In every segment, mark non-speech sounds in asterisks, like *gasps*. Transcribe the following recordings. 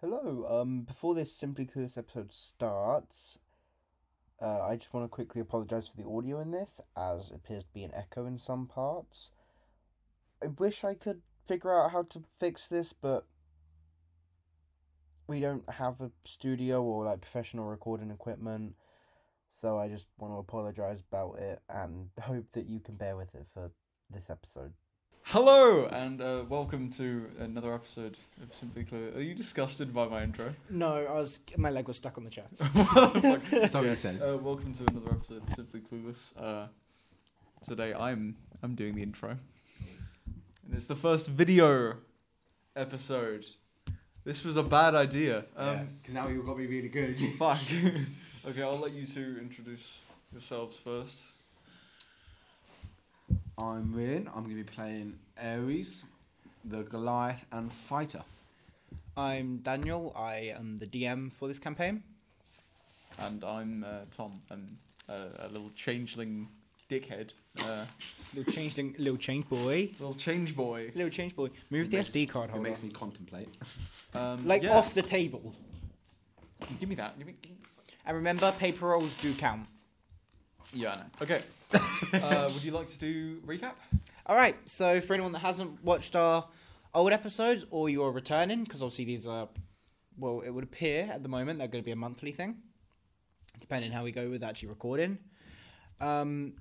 Hello. Um, before this Simply Curious episode starts, uh, I just want to quickly apologise for the audio in this, as it appears to be an echo in some parts. I wish I could figure out how to fix this, but we don't have a studio or like professional recording equipment, so I just want to apologise about it and hope that you can bear with it for this episode. Hello and uh, welcome to another episode of Simply Clear. Are you disgusted by my intro? *laughs* No, I was my leg was stuck on the chair. What the fuck? So he says. Uh, welcome to another episode of Simply Clueless. Uh, today I'm I'm doing the intro, and it's the first video episode. This was a bad idea. Um, Because now you've got me really *laughs* good. Fuck. *laughs* okay, I'll let you two introduce yourselves first. I'm Rin. I'm going to be playing Ares, the Goliath, and Fighter. I'm Daniel. I am the DM for this campaign. And I'm uh, Tom. I'm uh, a little changeling dickhead. Uh, Little change, thing- little change boy. little change boy. Little change boy. Move the It makes- SD card It holder. makes me contemplate. Um, like yeah. off the table. Give me that. Give me. give me- And remember, paper rolls do count. Yeah, I know. *laughs* Okay. uh, would you like to do recap? All right. So for anyone that hasn't watched our old episodes, or you are returning, because obviously these are, well, it would appear at the moment they're going to be a monthly thing, depending how we go with actually recording. Um,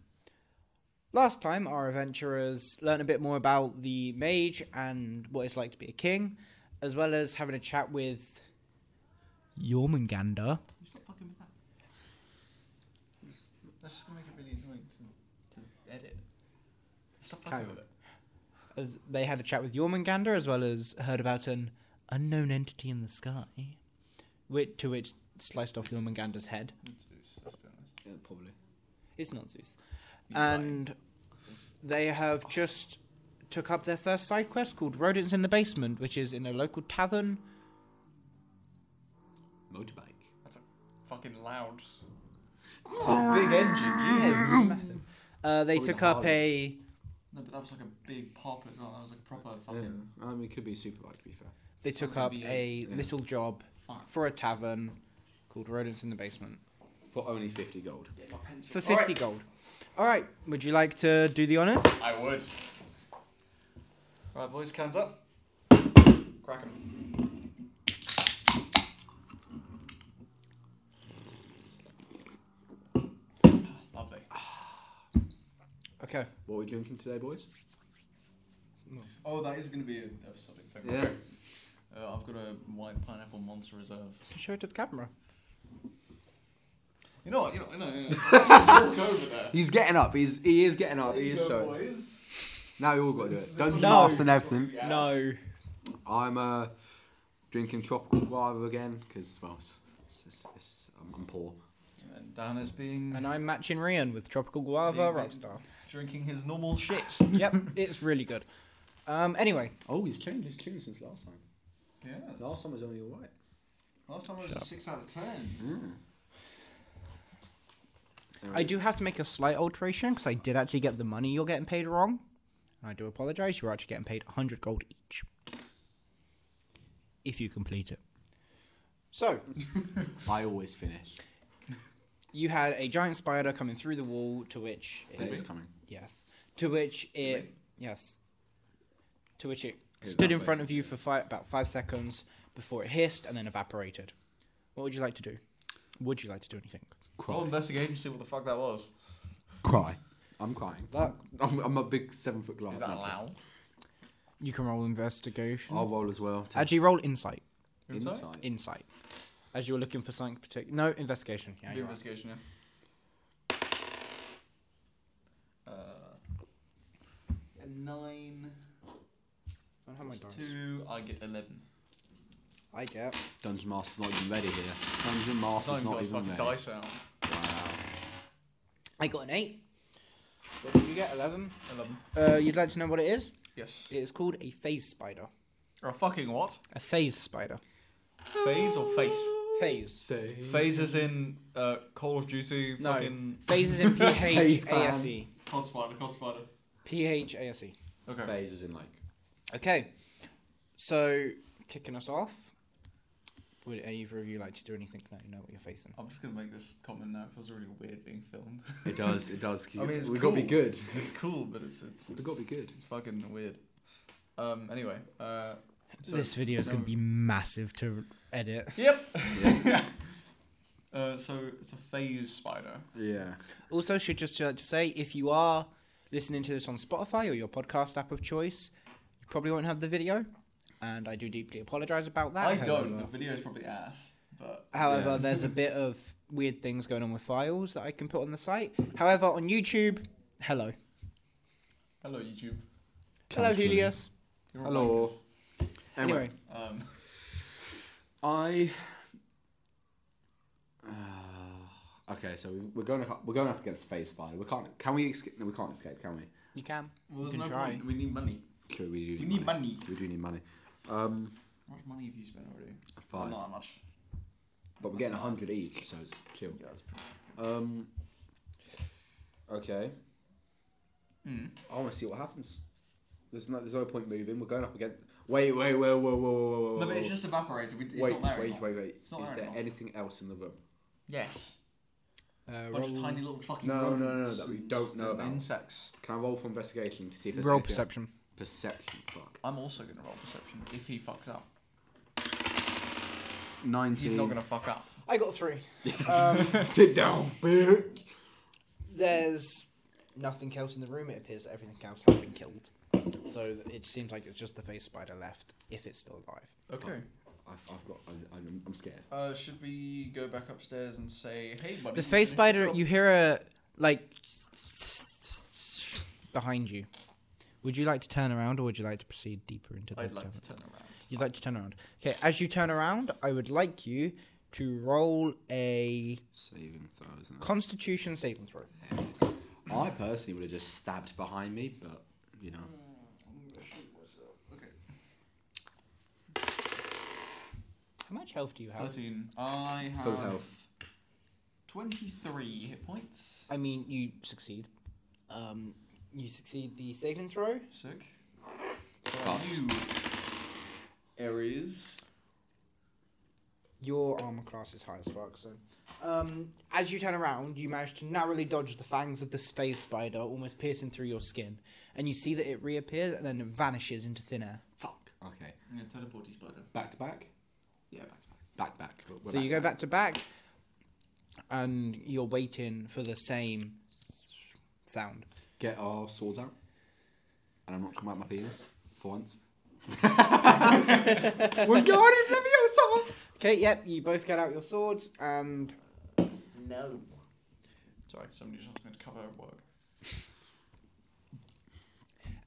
last time our adventurers learned a bit more about the mage and what it's like to be a king, as well as having a chat with Jormungandr. Stop fucking with that. That's just gonna make it really annoying to, to edit. Stop fucking with it. As they had a chat with Jormungandr, as well as heard about an unknown entity in the sky, which, to which sliced off Jormungandr's head. Let's be honest. yeah, probably. It's not Zeus. You're And they have just took up their first side quest called Rodents in the Basement, which is in a local tavern. Motorbike. Fucking loud. big engine. Uh, they Probably took the up Harley. a No, but that was like a big pop as well. That was like a proper Yeah. fucking. I mean, it could be a superbike, to be fair. they took That up could be a yeah. little job Fuck. for a tavern called Rodents in the Basement For only 50 gold. Yeah, my pencil. for fifty gold. All right, would you like to do the honors? I would. Right, boys, cans up. Crack 'em. Lovely. Okay. What are we drinking today, boys? Oh, that is going to be an episodic thing. Yeah. Okay. Uh, I've got a white pineapple monster reserve. Show it to the camera. You know what? You know, you know, *laughs* you know. Walk over there. He's getting up. He's He is getting up. There Oh, He you is go, showing. boys. Now you all got to do it. Dungeon No. Master and everything. Yes. No. I'm uh, drinking tropical guava again because, well, it's, it's, it's, it's, I'm, I'm poor. And Dan is being And I'm matching Rian with tropical guava Yeah, but- rockstar. drinking his normal shit. yep, it's really good. Um, anyway, Oh, he's changed his tune since last time. Yeah. Last time was only alright. Last time I was a six out of ten. Mm. I do have to make a slight alteration because I did actually get the money you're getting paid wrong. And I do apologize. You're actually getting paid 100 gold each. If you complete it. So, I always finish. you had a giant spider coming through the wall to which. It, There it's coming. Yes. To which it. Yes. To which it It stood in evaporated, front of you for five, about five seconds before it hissed and then evaporated. What would you like to do? Would you like to do anything? Cry. I'll investigate and see what the fuck that was. Cry. I'm crying. That- I'm, I'm a big seven foot glass. Is that man. allowed? You can roll investigation. I'll roll as well. to Actually, roll insight. Insight? insight. Insight. As you're looking for something particular. No, investigation. Yeah, Do you're right. investigation, yeah. Uh, nine. I don't have my dice. Two, I get eleven. I get. Dungeon Master's not even ready here. Dungeon Master's I've got not his even fucking ready. dice out. Wow. I got an eight. What did you get? Eleven. Eleven. Uh, you'd like to know what it is? Yes. It is called a phase spider. Or a fucking what? A phase spider. Phase or face? Phase. Phase is in uh, Call of Duty. No. Fucking *laughs* Phase is *laughs* in P H Phase A S E. Cod Spider. Cod Spider. P H A S E. Okay. Phase is in like. Okay. So kicking us off Would either of you like to do anything now you know what you're facing? I'm just gonna make this comment now. It feels really weird being filmed. It does. It does. I mean, it's we gotta be cool. good. it's cool, but it's it's We gotta it's, be good. it's fucking weird. Um. Anyway. Uh. so- this video is going no. to be massive to edit. *laughs* Yep. *laughs* uh. So it's a phase spider. Yeah. Also, should just like to say if you are listening to this on Spotify or your podcast app of choice, you probably won't have the video, and I do deeply apologise about that. I However- don't. The video is probably ass, but However, Yeah. there's a bit of weird things going on with files that I can put on the site. However, on YouTube, hello, hello YouTube. hello Julius. You're Hello. wankers. Anyway, Anyway, Um. I. Uh, okay, so we- we're going up, we're going up against Phase Spider. We can't. Can we escape? No, we can't escape. Can we? you can. Well, You there's can no try. point. We need money. Sure, we do. We need money. We do need money. Um, How much money have you spent already? five. Not that much. But we're getting hundred each, so it's chill. Yeah, that's pretty. Um. Okay. Mm. I want to see what happens. There's no. There's no point moving. We're going up against. Wait. Wait. Wait. Whoa. Whoa. Whoa. Whoa. Whoa. No, but it's whoa. just evaporated. We, it's wait, not there wait, anymore. wait, wait, It's not Is there there anymore. anything else in the room? Yes. Uh, A bunch roll, of tiny little fucking No, no, no, no, rodents that we and don't know little about. Insects. Can I roll for investigation to see if there's roll anything else? perception. Perception. Fuck. I'm also gonna roll perception if he fucks up. Nineteen. He's not *laughs* gonna fuck up. I got three. sit down, bitch. There's nothing else in the room. It appears that everything else has been killed. So it seems like it's just the face spider left, if it's still alive. Okay. I've, I've got. I, I'm, I'm scared. Uh, should we go back upstairs and say, "Hey, buddy"? The you face finished spider, your you hear a like behind you. Would you like to turn around, or would you like to proceed deeper into job?" the I'd like cavern? to turn around. You'd like to turn around. Okay, as you turn around, I would like you to roll a Saving throws. and- Constitution saving throw. I personally would have just stabbed behind me, but you know. Okay. How much health do you have? Thirteen. I have Full health. twenty-three hit points. I mean, you succeed. Um, you succeed the saving throw. Sick. So But- you, Aries. Your armor class is high as fuck, so. Um, as you turn around, you manage to narrowly dodge the fangs of the space spider, almost piercing through your skin. And you see that it reappears and then it vanishes into thin air. Fuck. Okay. I'm gonna teleport you, spider. Back to back. Yeah, back to back. Back back. We're- we're so you go back to back, and you're waiting for the same sound. Get our swords out. And I'm not coming out my penis for *laughs* once. *laughs* We're going in Leviosa. Okay, yep, you both get out your swords, and No. Sorry, somebody just going to cover her work.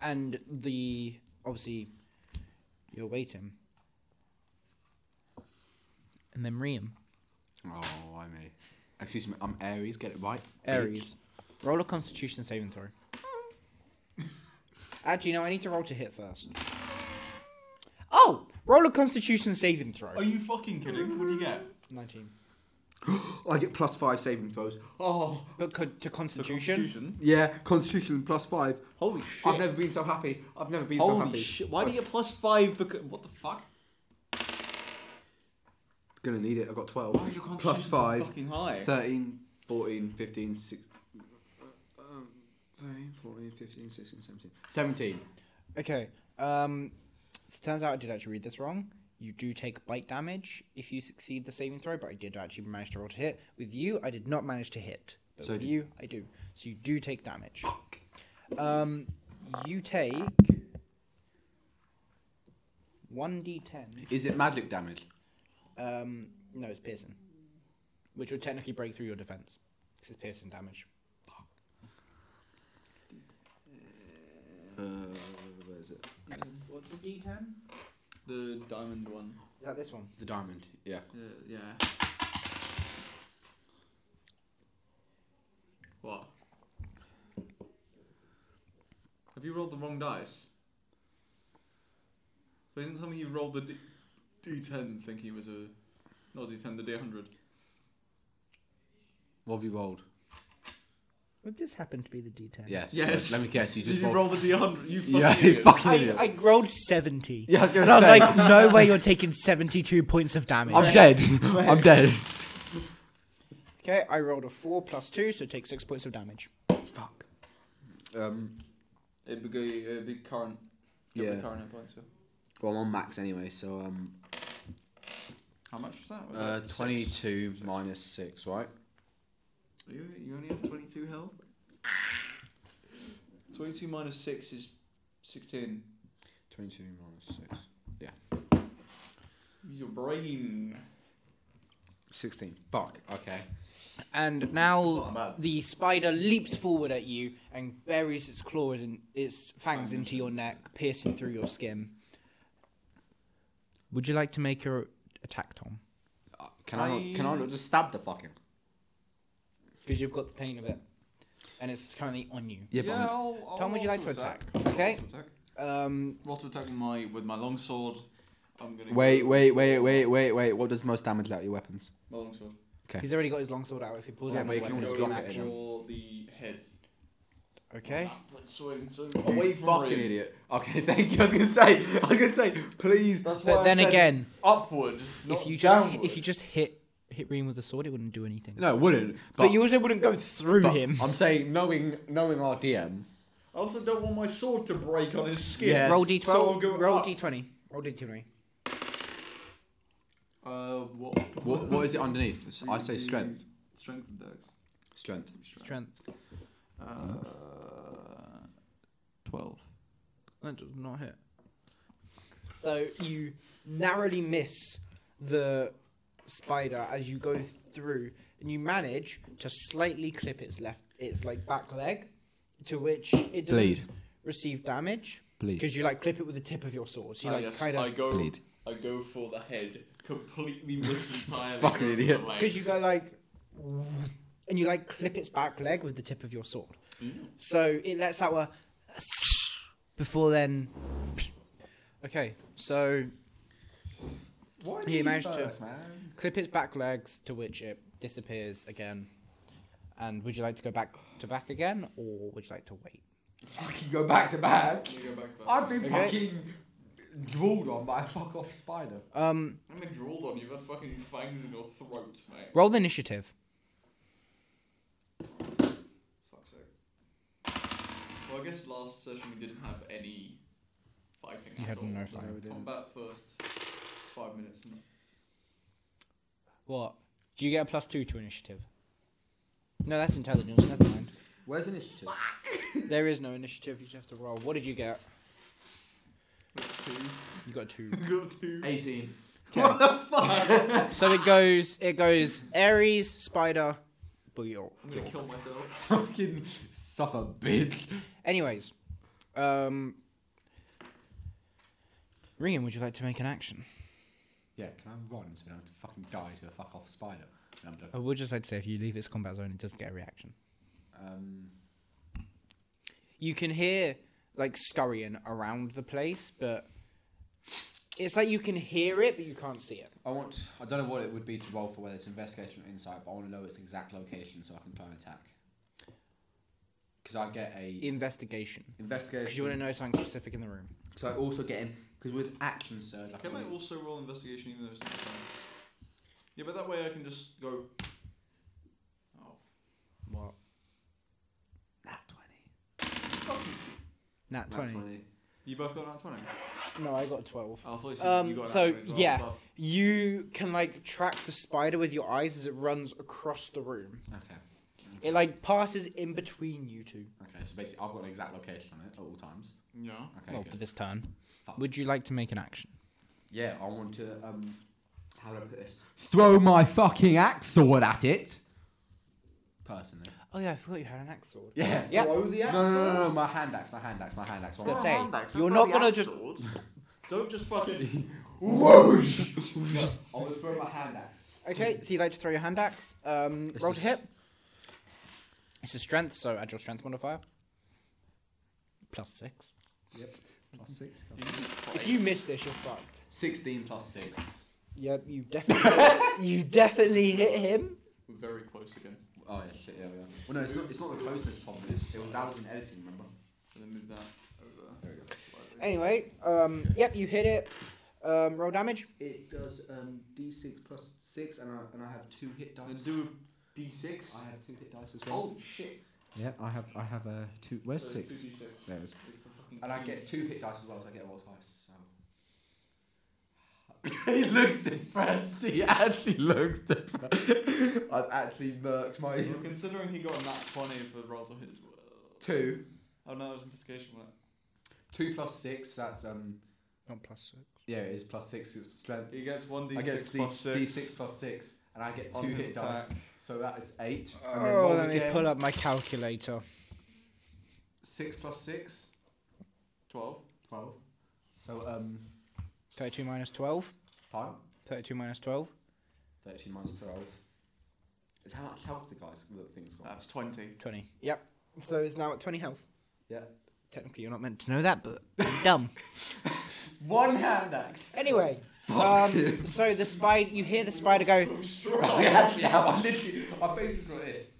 and the obviously you're waiting, and then Riam. Oh, I me. Excuse me. I'm Aries. Get it right. Aries. Roll a constitution *laughs* saving throw. Actually, no, I need to roll to hit first. Oh! Roll a constitution saving throw. Are you fucking kidding? What do you get? 19. I get plus five saving throws. Oh, But co- to The constitution? yeah. Constitution plus five. Holy Hmm? shit. I've never been so happy. I've never been so Holy happy. shit. Why do you get plus five for. co- What the fuck? Gonna need it. I've got twelve. Why is your constitution Plus five. fucking high? 13, 14, 15, 16. Um, 13, 14, 15, 16, 17. 17. Okay. Um, so it turns out I did actually read this wrong. You do take bite damage if you succeed the saving throw, but I did actually manage to roll to hit. With you, I did not manage to hit. But So with did- you, I do. So you do take damage. Um, you take 1d10. Is it magic damage? Um, no, it's piercing, which would technically break through your defense. 'cause it's piercing damage. Uh, where is it? What's a d10? The diamond one. Is that this one? The diamond. Yeah. Uh, yeah. What? Have you rolled the wrong dice? Please don't tell me you rolled the D- D10 thinking it was a. Not D10, the D100. What have you rolled? Would this happen to be the D10? Yes. Yes. Let me guess. You Did *laughs* just you rolled- roll the d100? You fucking *laughs* Yeah, you idiot. fucking idiot. I, I rolled 70. yeah, I was gonna And I was *laughs* say. like, no way you're taking 72 points of damage. I'm dead. I'm dead. Okay, I rolled a 4 plus 2, so take 6 points of damage. Fuck. Um. It'd be, good- it'd be current. it'd be Yeah. current hit points, yeah. Well, I'm on max anyway, so um. How much was that? Was Uh, that six? twenty-two minus six, right? You, you only have 22 *sighs* health? 22 minus 6 is 16. Twenty-two minus six. Use your brain. Sixteen. Fuck. Okay. And It's not now bad. the spider leaps forward at you and buries its claws and its fangs into your neck, piercing through your skin. Would you like to make your attack, Tom? Uh, Can I, not, can I not just stab the fucking? Because you've got the pain of it. And it's currently on you. Yeah, but I'm- I'll, I'll Tom, would you roll like to attack? I'll Okay. roll to attack. Um, Roll to attack with my, with my longsword. I'm gonna Wait, go- wait, wait, wait, wait, wait. What does the most damage out of your weapons? My longsword. He's already got his longsword out. If he pulls Yeah, out but the you can weapon, always it's Go an block it, action. for the head. Okay. Upward swing, so You away from fucking Rin. idiot. Okay, *laughs* thank you. I was gonna say, I was gonna say, please. That's why But I then said again, upward, not if you just downward. if you just hit hit Reem with a sword, it wouldn't do anything. No, it wouldn't. but, you also wouldn't go through but him. I'm saying, knowing, knowing our DM. I also don't want my sword to break on his skin. Yeah. roll d12. So I'll go roll up. d20. Roll d20. Uh, what? What, what is it underneath? It's- I say strength. Strength and dex. Strength. Strength. Uh, twelve. That does not hit. So you narrowly miss the spider as you go through, and you manage to slightly clip its left, its like back leg, to which it doesn't Bleed. receive damage Bleed. because you like clip it with the tip of your sword. So you Ah, like yes, kind I of go. Bleed. I go for the head. Completely *laughs* miss entirely. Fucking go for the idiot. leg. because you go like, and you like clip its back leg with the tip of your sword. Mm. So it lets out a before then. Okay, so Why He managed to- man. clip its back legs to which it disappears again. And would you like to go back to back again, or would you like to wait? Fucking go back to back. You go back to that. I've been Okay. fucking drooled on by a fuck off spider. Um, I've been drooled on. You've had fucking fangs in your throat, mate. roll the initiative. Fuck's sake. Well, I guess last session we didn't have any fighting You at had all. no so fight. No, we didn't. Combat first five minutes. And What? Do you get a plus two to initiative? No, that's intelligence. Never mind. Where's initiative? There is no initiative. You just have to roll. What did you get? *laughs* You got a two. two. Got two. 18. What the fuck? so it goes. It goes. Aries, spider, Booyor. I'm gonna kill myself. *laughs* Fucking suffer, bitch. Anyways, um, Ringan, would you like to make an action? Yeah, can I run so we don't have to fucking die to a fuck off spider? No, I'm I joking. would just like to say, if you leave its combat zone, it doesn't get a reaction. Um, You can hear like scurrying around the place, but it's like you can hear it, but you can't see it. I want. I don't know what it would be to roll for whether it's investigation or insight, but I want to know its exact location so I can try and attack. Because I get a Investigation, because you investigation. want to know something specific in the room. so I also get in because with action surge, I Can I can. also roll investigation even though it's not a crime? Yeah, but that way I can just go. Oh, What? Nat twenty. fuck you. Nat Nat 20. twenty. You both got an 20. No, I got 12. Oh, I thought you said Um, you got an so, 20 as well. yeah. What You can like track the spider with your eyes as it runs across the room. Okay. It like passes in between you two. Okay. So basically, I've got an exact location on it at all times. the- Yeah. Okay. good. this turn. Fuck. Would you like to make an action? Yeah, I want to. Um, how do I put this? Throw my fucking axe sword at it. Personally. Oh, yeah, I forgot you had an axe sword. Yeah. Yeah. Throw the axe. No, no, no, no, no, my hand axe, my hand axe, my hand axe. gonna my say, hand you're not gonna just- *laughs* Don't just fucking. Whoosh! I will throw my hand axe. Okay, so you like to throw your hand axe. Um, This roll is- to hit. It's a strength, so add your strength modifier. Plus six. Yep. Plus six. *laughs* If you miss this, you're fucked. Sixteen plus six. *laughs* Yep, you definitely you definitely hit him. We're very close again. Oh yeah, shit. Yeah, we are. Well, no, it's not. It's not the closeness problem. It's, it was, that was in editing. Remember? And then move that over. There we go. slightly. Anyway, um, yep, you hit it. Um, roll damage. It does um, d6 plus six, and I and I have two hit dice. Then do a d6. I have two hit dice as well. Holy shit. Yeah, I have I have a two. Where's So it's six? 2d6. There it is. It's the fucking And I king. get *laughs* two hit dice as well, so I get a roll *laughs* twice. So. he looks depressed. He actually looks depressed. *laughs* I've actually murked my Well, considering he got a nat 20 for the roll to hit as well. two. Oh no, that was investigation, wasn't Two plus six. That's um. Not plus six. Yeah, it is plus six. It's strength. it? He gets 1d6 I guess D, plus 6. d6 plus six, and I get on two his hit dice. attack. So that is eight. And then Oh, roll let me again. pull up my calculator. Six plus six. 12. Twelve. So um, 32 minus 12. five. 32 minus 12. Thirteen minus twelve. It's how much health the guys the thing's got. That's 20. 20. Yep. So it's now at 20 health. Yeah. Technically, you're not meant to know that, but I'm *laughs* dumb. One hand *laughs* axe. Anyway, Fucks um, *laughs* him. so the spider, you hear the spider go, Oh, yeah, yeah, I literally, my face is like this.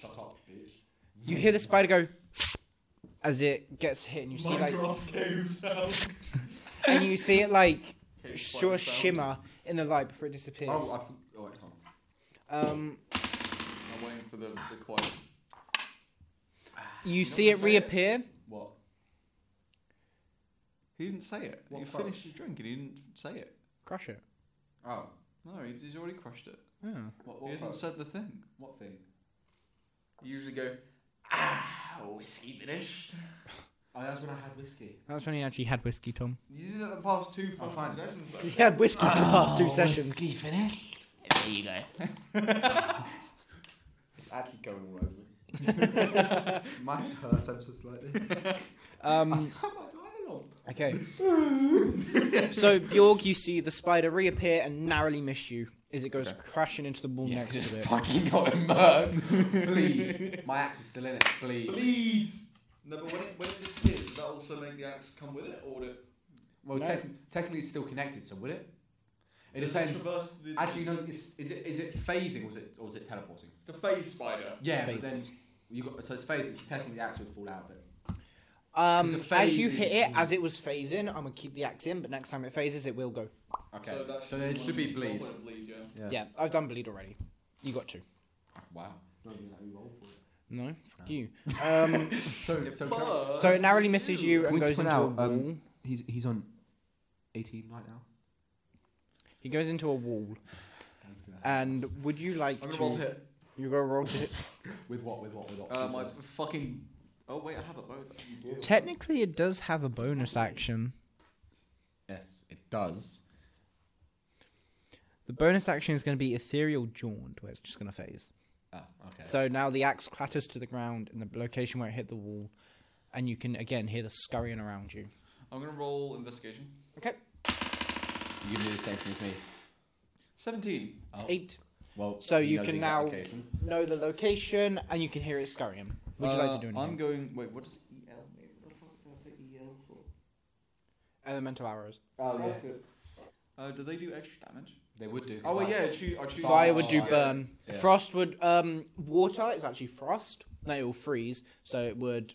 Shut up, bitch. you hear the spider go, as it gets hit, and you see like, Minecraft games *laughs* sounds. and you see *laughs* it like, Cave sure spider sound. shimmer in the light before it disappears. Oh, I, thought- oh wait, hold on. Um, I'm waiting for the, the quiet. you see it gonna say it. reappear. What? He didn't say it. What he part? finished his drink and he didn't say it. Crush it. Oh, No, he, he's already crushed it. Oh. what, he what, hasn't part? said the thing. what thing? You usually go, ah, whiskey finished. Oh, that's when I had whiskey. That's when he actually had whiskey, Tom. You did that the past two Oh, fucking fine. sessions. *laughs* He though. had whiskey for the past Oh, two sessions. *laughs* finished. There you go. *laughs* It's actually going all over me. my hurts ever so slightly. *laughs* Um, Come on, dialogue. okay. *laughs* so, Bjorg, you see the spider reappear and narrowly miss you as it goes crashing into the wall Yeah, next just to it. fucking *laughs* got immersed. Bleed. My axe is still in it. Bleed. Bleed. No, but when it, when it disappears, does that also make the axe come with it, or would it? Well, No. techn- technically it's still connected, so would it? It does depends. traverse the, Actually, no. Is, is it is it phasing or is it or is it teleporting? It's a phase spider. Yeah, Phase. but then you got so it's phase. It's technically the axe would fall out, but It's Um, a as you phasing. hit it, as it was phasing, I'm gonna keep the axe in, but next time it phases, it will go. okay. So, that's there should be one- bleed. one bleed, yeah. Yeah. Yeah, I've done bleed already. You got two. Wow. Not even let me roll for it. No, fuck you. *laughs* Um, So so can I- so it narrowly misses you Can and we goes just into point a out, um, wall. he's he's on eighteen right now. He goes into a wall. And would you like I'm to? gonna roll to hit. You go roll to hit. With what? With what? With what? Uh, my fucking. Oh wait, I have a bow. though. Technically, it does have a bonus action. Yes, it does. The bonus action is going to be ethereal jaunt, where it's just going to phase. Ah, okay. So now the axe clatters to the ground in the location where it hit the wall, and you can again hear the scurrying around you. I'm gonna roll investigation. Okay, you can do the same thing as me. Seventeen. Oh, eight. Well, So he you knows can the now- application. Know the location, and you can hear it scurrying. Would you like Uh, to do E anything? Uh, I'm going. Wait, what does EL mean? Elemental arrows. Oh yeah. Uh, do they do extra damage? They would do. 'cause Oh wait, I- yeah, I choose. I choose Fire would oh, do yeah. burn. Yeah. Frost would um water is actually frost. They all freeze, so it would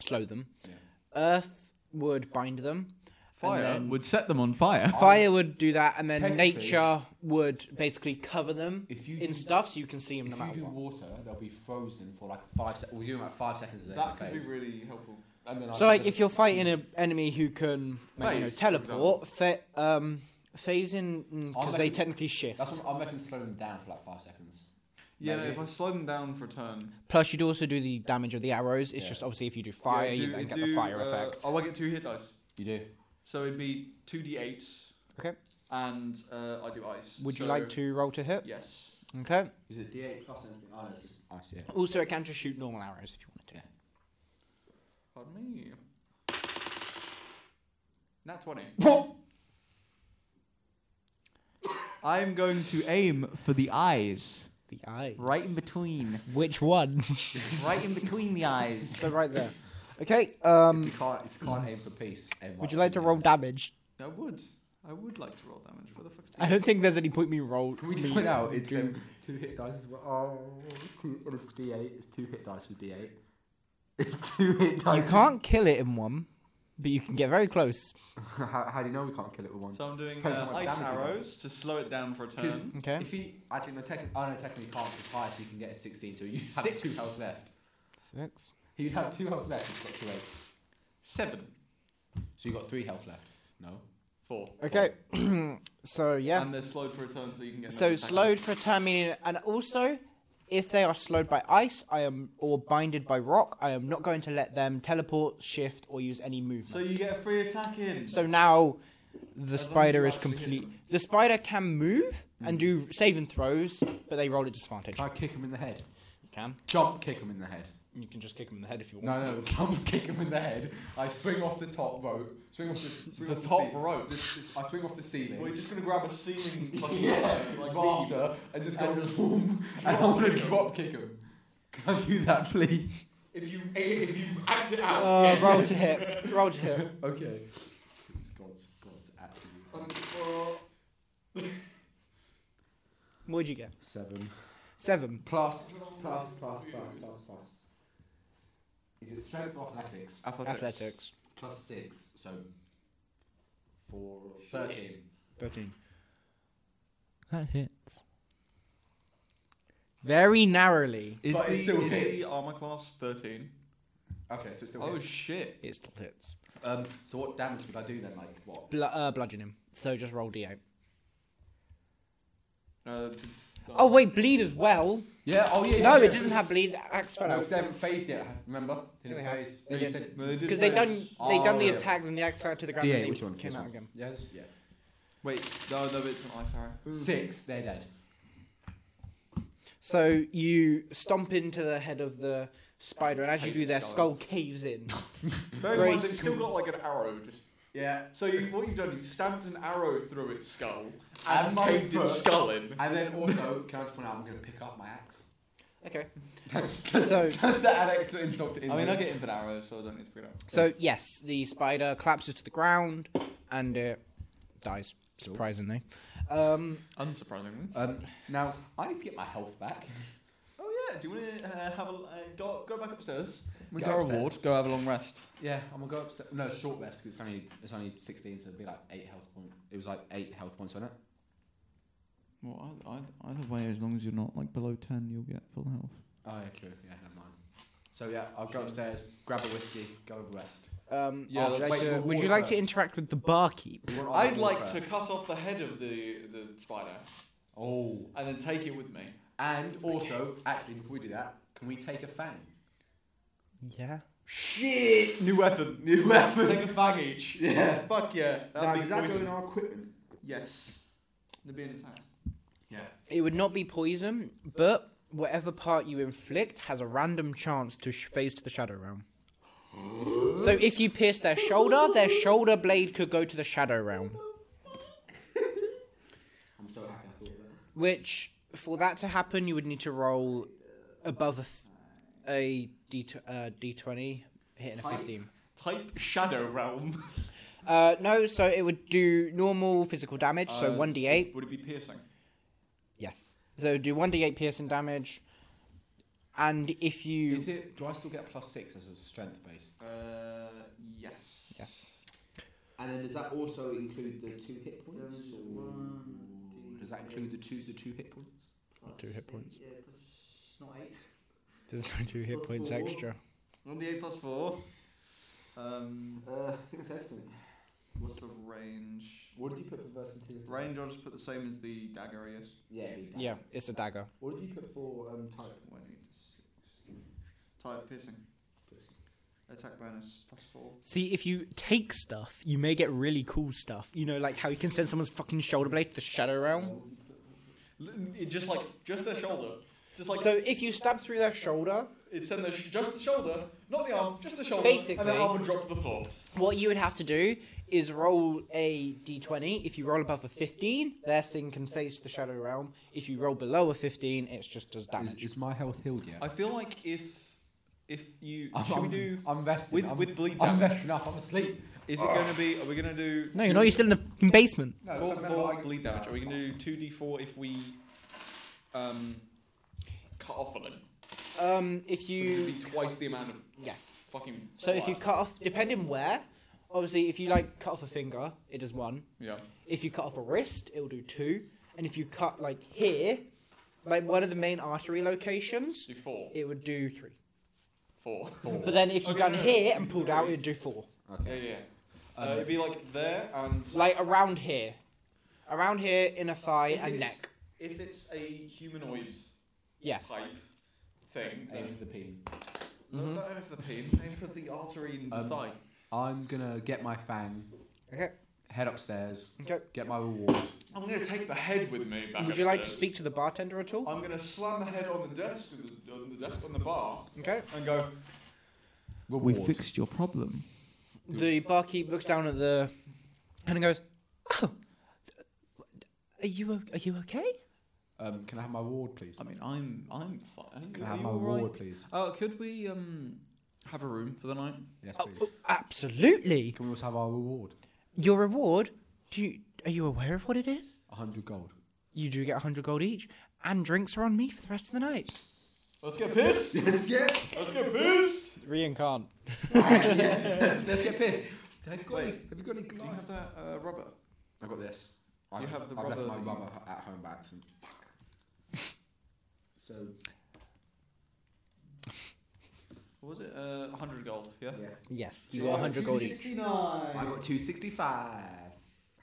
slow them. Yeah. Earth would bind them. Fire then- would set them on fire. Fire would do that, and then Technically- nature would basically cover them If you in do- stuff, so you can see them If no you matter do what. water, they'll be frozen for like five seconds. We'll do them like five seconds. As That could be really helpful. And then I So, can like, just- if you're fighting an enemy who can like, you know, Phase, for teleport, fa- um, phase in I'll because make they it- technically shift. That's what I'm making slow them down for like five seconds. Yeah, no, Maybe. if I slow them down for a turn. Plus, you'd also do the damage of the arrows. It's Yeah. just obviously if you do fire, yeah, you do- then get do, the fire uh, effects. Oh, I get two hit dice. You do. So it'd be two d8. Okay. And uh, I do ice. Would you So- like to roll to hit? Yes. Okay. Is it D8 plus anything? Oh, no, it's just ice, yeah. Also, it can just shoot normal arrows if you want to. Yeah. Pardon me. Nat 20. I'm going to aim for the eyes. The eye. Right in between. Which *laughs* one? right in between the eyes. so right there. Okay. if Um, you can't, if you can't aim for peace, aim would right you like for to peace. roll damage? I would. I would like to roll damage. Where the fuck's I the don't think there's any point me roll. Can we me just point out it's um, *laughs* two hit dice as well. Oh, it's two, and it's D8. It's two hit dice with D8. *laughs* It's two hit You dice. can't kill it in one, but you can get very close. *laughs* how, how do you know we can't kill it with one? So I'm doing Depends uh, on what ice damage it arrows to slow it down for a Because turn. Okay. if he actually no, technically, oh no, technically can't because higher, so you can get a sixteen. So you have Six. two health left. Six. You'd have two health left. You've got two eights. Seven. So you got three health left. No. Four. Okay. *clears throat* so yeah. And they're slowed for a turn, so you can get. So another attack on. slowed for a time, meaning, and also, if they are slowed by ice, I am or binded by rock, I am not going to let them teleport, shift, or use any So movement. you get a free attack in. So, now, the as you spider is actually hit complete. them. Mm. The spider can move and do save and throws, but they roll at disadvantage. Try kick him in the head. You *laughs* can. Jump kick him in the head. You can just kick them in the head if you want. No, no, jump kick him in the head. I swing off the top rope. Swing off *laughs* the, swing the off top ceil- rope. This, this, I swing off the ceiling. We're just gonna grab a ceiling *laughs* fucking yeah, pillow, like like after, and just go and just boom, *laughs* and I'm gonna drop kick him. Can I do that, please? *laughs* If you if you act it out. Uh, roll to hit. Roll to hit. Okay. It's God's God's attribute. What'd you get? Seven. Seven. Plus plus plus plus plus plus. Is it strength or athletics? Athletics. Athletics. Uh, Plus six, so four thirteen. Thirteen. That hits. Very narrowly. Is, But it the, still is hits. the armor class 13? Okay, so it's still Oh hit. shit. It still hits. Um, so what damage could I do then? Like what? Bl- uh, bludgeon him. So just roll d8. Uh, Oh wait, bleed as well. Yeah. Oh yeah. No, yeah. it doesn't have bleed. Axe Oh, fell no, because out they haven't phased yet. Remember? They didn't Yeah, we have. phase. They No, you didn't. said- No, they did because they phase. done they done the Oh. attack, then the axe fell out to the ground. D8, and they which one? Came This out one. again. Yeah. this- yeah. Wait, no, no, it's an ice arrow. Six. They're dead. So you stomp into the head of the spider, and as you do, their skull caves *laughs* in. Bear in mind, Grace they've still got like an arrow. Just Yeah. so you, what you've done, you've stamped an arrow through its skull And and, my caved foot. its skull in. And then also, can I just point out, I'm going to pick up my *laughs* axe. Okay. Does So- does that add extra insult to injury? infinite arrows, so I don't need to pick it up. So yes, the spider collapses to the ground and it dies. Surprisingly. Um, Unsurprisingly. Um, now, I need to get my health back. Oh yeah, do you want to uh, have a uh, go, go back upstairs? We go upstairs. Go have a long rest. Yeah, I'm going to go upstairs. No, short rest, because it's only, it's only 16, so it'd be like 8 health points. It was like 8 health points, wasn't it? Well, either way, as long as you're not like below ten, you'll get full health. Oh, yeah, true. Yeah, never mind. So, yeah, I'll go upstairs, grab a whiskey, go have a rest. um, Yeah, would you that's- like wait, to- we'll would you walk like to first. interact with the barkeep? We want our I'd reward like to first. cut off the head of the the spider Oh. and then take it with me. And also, actually, before we do that, can we take a fang? Yeah. Shit! New weapon. *laughs* New weapon. Take a fang each. Yeah. Fuck yeah. That'd be poison. our equipment? Yes. There'd be an attack. Yeah. It would not be poison, but whatever part you inflict has a random chance to sh- phase to the shadow *gasps* realm. So if you pierce their shoulder, their shoulder blade could go to the shadow realm. *laughs* I'm so happy I thought of that. Which, for that to happen, you would need to roll above a, f- a D t- uh, d20, hitting a 15. Type shadow realm. Uh, no, so it would do normal physical damage, so Uh, 1d8. Would it be piercing? Yes. So do 1d8 piercing damage. And if you. Is it? Do I still get plus six as a strength base? Uh, yes. Yes. And then does that also include the two hit points? Does that include the two the two hit points? Two hit points. Yeah, plus not eight. There's no two hit points extra. One d eight plus four. Um, Uh, *laughs* I think that's everything. what's the range? What did you put for versatility? Range I'll just put the same as the dagger is. Yeah. it'd be Yeah, that. it's a dagger. What did you put for um type? Twenty Type piercing. Attack bonus plus four. See, if you take stuff, you may get really cool stuff. You know, like how you can send someone's fucking shoulder blade to the shadow realm. Just like just their shoulder. Just like so if you stab through their shoulder, it's in the sh- just the shoulder, not the arm, *laughs* just the shoulder, and Basically- the arm would drop to the floor. what you would have to do is roll a d20. If you roll above a 15, their thing can face the shadow realm. If you roll below a 15, it's just does damage. Is, is my health healed yet? I feel like if if you *laughs* I'm- should we I'm- do I'm resting. with I'm, with bleed I'm damage? resting up. I'm asleep. Is it going to be? Are we going to do? no, you're not. You're still in the fucking basement. four, four bleed damage. Are we going to do two d four if we um, cut off on it. Um, if Because it'd you be twice the amount of yes. fucking. So if you wire. cut off, depending where, obviously, if you like cut off a finger, it does one. Yeah. If you cut off a wrist, it will do two. And if you cut like here, like one of the main artery locations, Do four. it would do three. Four. *laughs* But then if you Okay, done no, no, here no, and no, pulled no, out, no. it would do four. Yeah, Okay. yeah. Uh, it'd be like there and. Like around here, around here, inner thigh If and it's- neck. If it's a humanoid Yeah. type thing, Aim then for the peen. no, Mhm. don't aim for the peen, aim for the artery in the Um, thigh. I'm gonna get my fang, Okay. head upstairs, Okay. get my reward. I'm gonna take the head with me. Back Would you like to upstairs. speak to the bartender at all? I'm gonna slam the head on the desk, on the desk on the bar, Okay. and go. Reward. your problem. The barkeep looks down at the and he goes, "Oh, are you o- are you okay?" Um, can I have my reward, please? I mean, I'm I'm fine. can I Are have you my all right? reward, please? Uh, could we um have a room for the night? Yes, Oh, please. oh, absolutely. Can we also have our reward? Your reward? Do you, are you aware of what it is? A hundred *laughs* gold. You do get hundred gold each, and drinks are on me for the rest of the night. Let's get *laughs* pissed. Let's get Let's get pissed. Reincarn. Let's get pissed. Have you got Wait. any? Have you got any? Do you have that uh, rubber? I got this. You have the I've rubber left my that you- rubber h- at home by *laughs* accident. Fuck. so What was it? Uh, 100 gold. Yeah. Yeah. Yes, you got hundred gold *laughs* each. I Sixty-nine. got two sixty-five.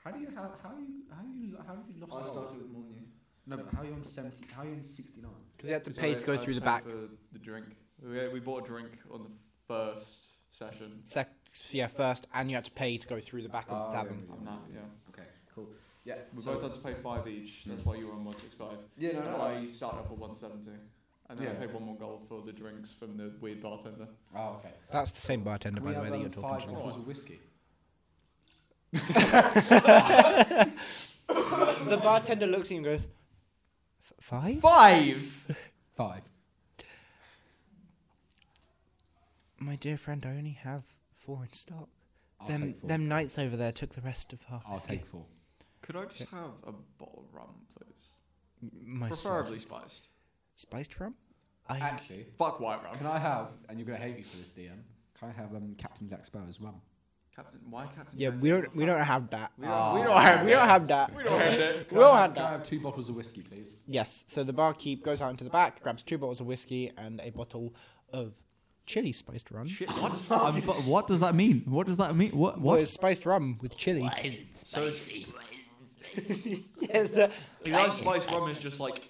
How do you how how you how you how have you I lost? gold? started with more than you. No, but how are you on seventy? How are you on sixty-nine? Because you had to So pay I- to go I through the paid back. For the drink. We, we bought a drink on the first session. Sec- yeah, first, and you had to pay to go through the back of the Oh, tavern. yeah. On that, yeah. Okay, cool. Yeah, We so- both had to pay five each. That's why you were on 165. yeah, no, And no. I started off at 170. And then I Yeah. paid one more gold for the drinks from the weird bartender. Oh, okay. That's the same bartender, Can we by the have way, that um, you're five talking to. bottles of whiskey? The bartender looks at you and goes, "F- Five? Five! Five. My dear friend, I only have four in stock. I'll them take four. them knights over there took the rest of our I'll take four. *laughs* Could I just have a bottle of rum, please? *laughs* my Preferably Preferably. spiced. spiced rum. I Actually, Fuck white rum. can I have? And you're gonna hate me for this, DM. Can I have um, Captain Jack Sparrow's rum? Captain, why Captain? yeah, Jack's we rum? don't we don't have that. We don't, we Ah. don't have we don't have that. We don't have it. We don't I have Can I that. have two bottles of whiskey, please? Yes. So the barkeep goes out into the back, grabs two bottles of whiskey and a bottle of chili spiced rum. Shit, *laughs* what? I'm fu- what does that mean? What does that mean? What? What is spiced rum with chili? So it's, *laughs* yes, the- that spiced rum is just like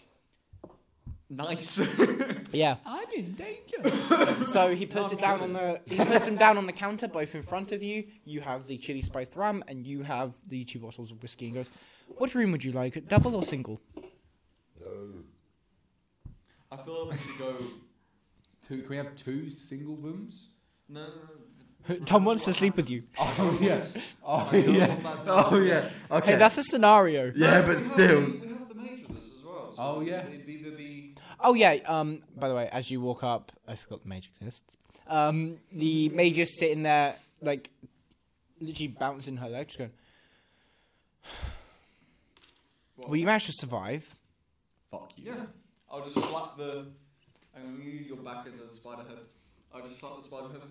nice. *laughs* yeah. I'm in danger. So he puts it down on the he puts them down on the counter, both in front of you. You have the chili spiced rum, and you have the two bottles of whiskey. And goes, "What room would you like, double or single?" *laughs* I feel like we should go. two? Can we have two single rooms? No, no, no. Tom wants to sleep with you. Oh yes. Oh I don't want that to happen. yeah. Hey, that's a scenario. We have the- We have the mage with us as well. so Oh, yeah. It'd either be Oh yeah. Um. By the way, as you walk up, I forgot the mage exists. Um. The mage is sitting there, like, literally bouncing her legs, going, *sighs* what? "Well, you managed to survive." Fuck you. Yeah. I'll just slap the. I'm gonna use your back as a spider head. I'll just slap the spider head.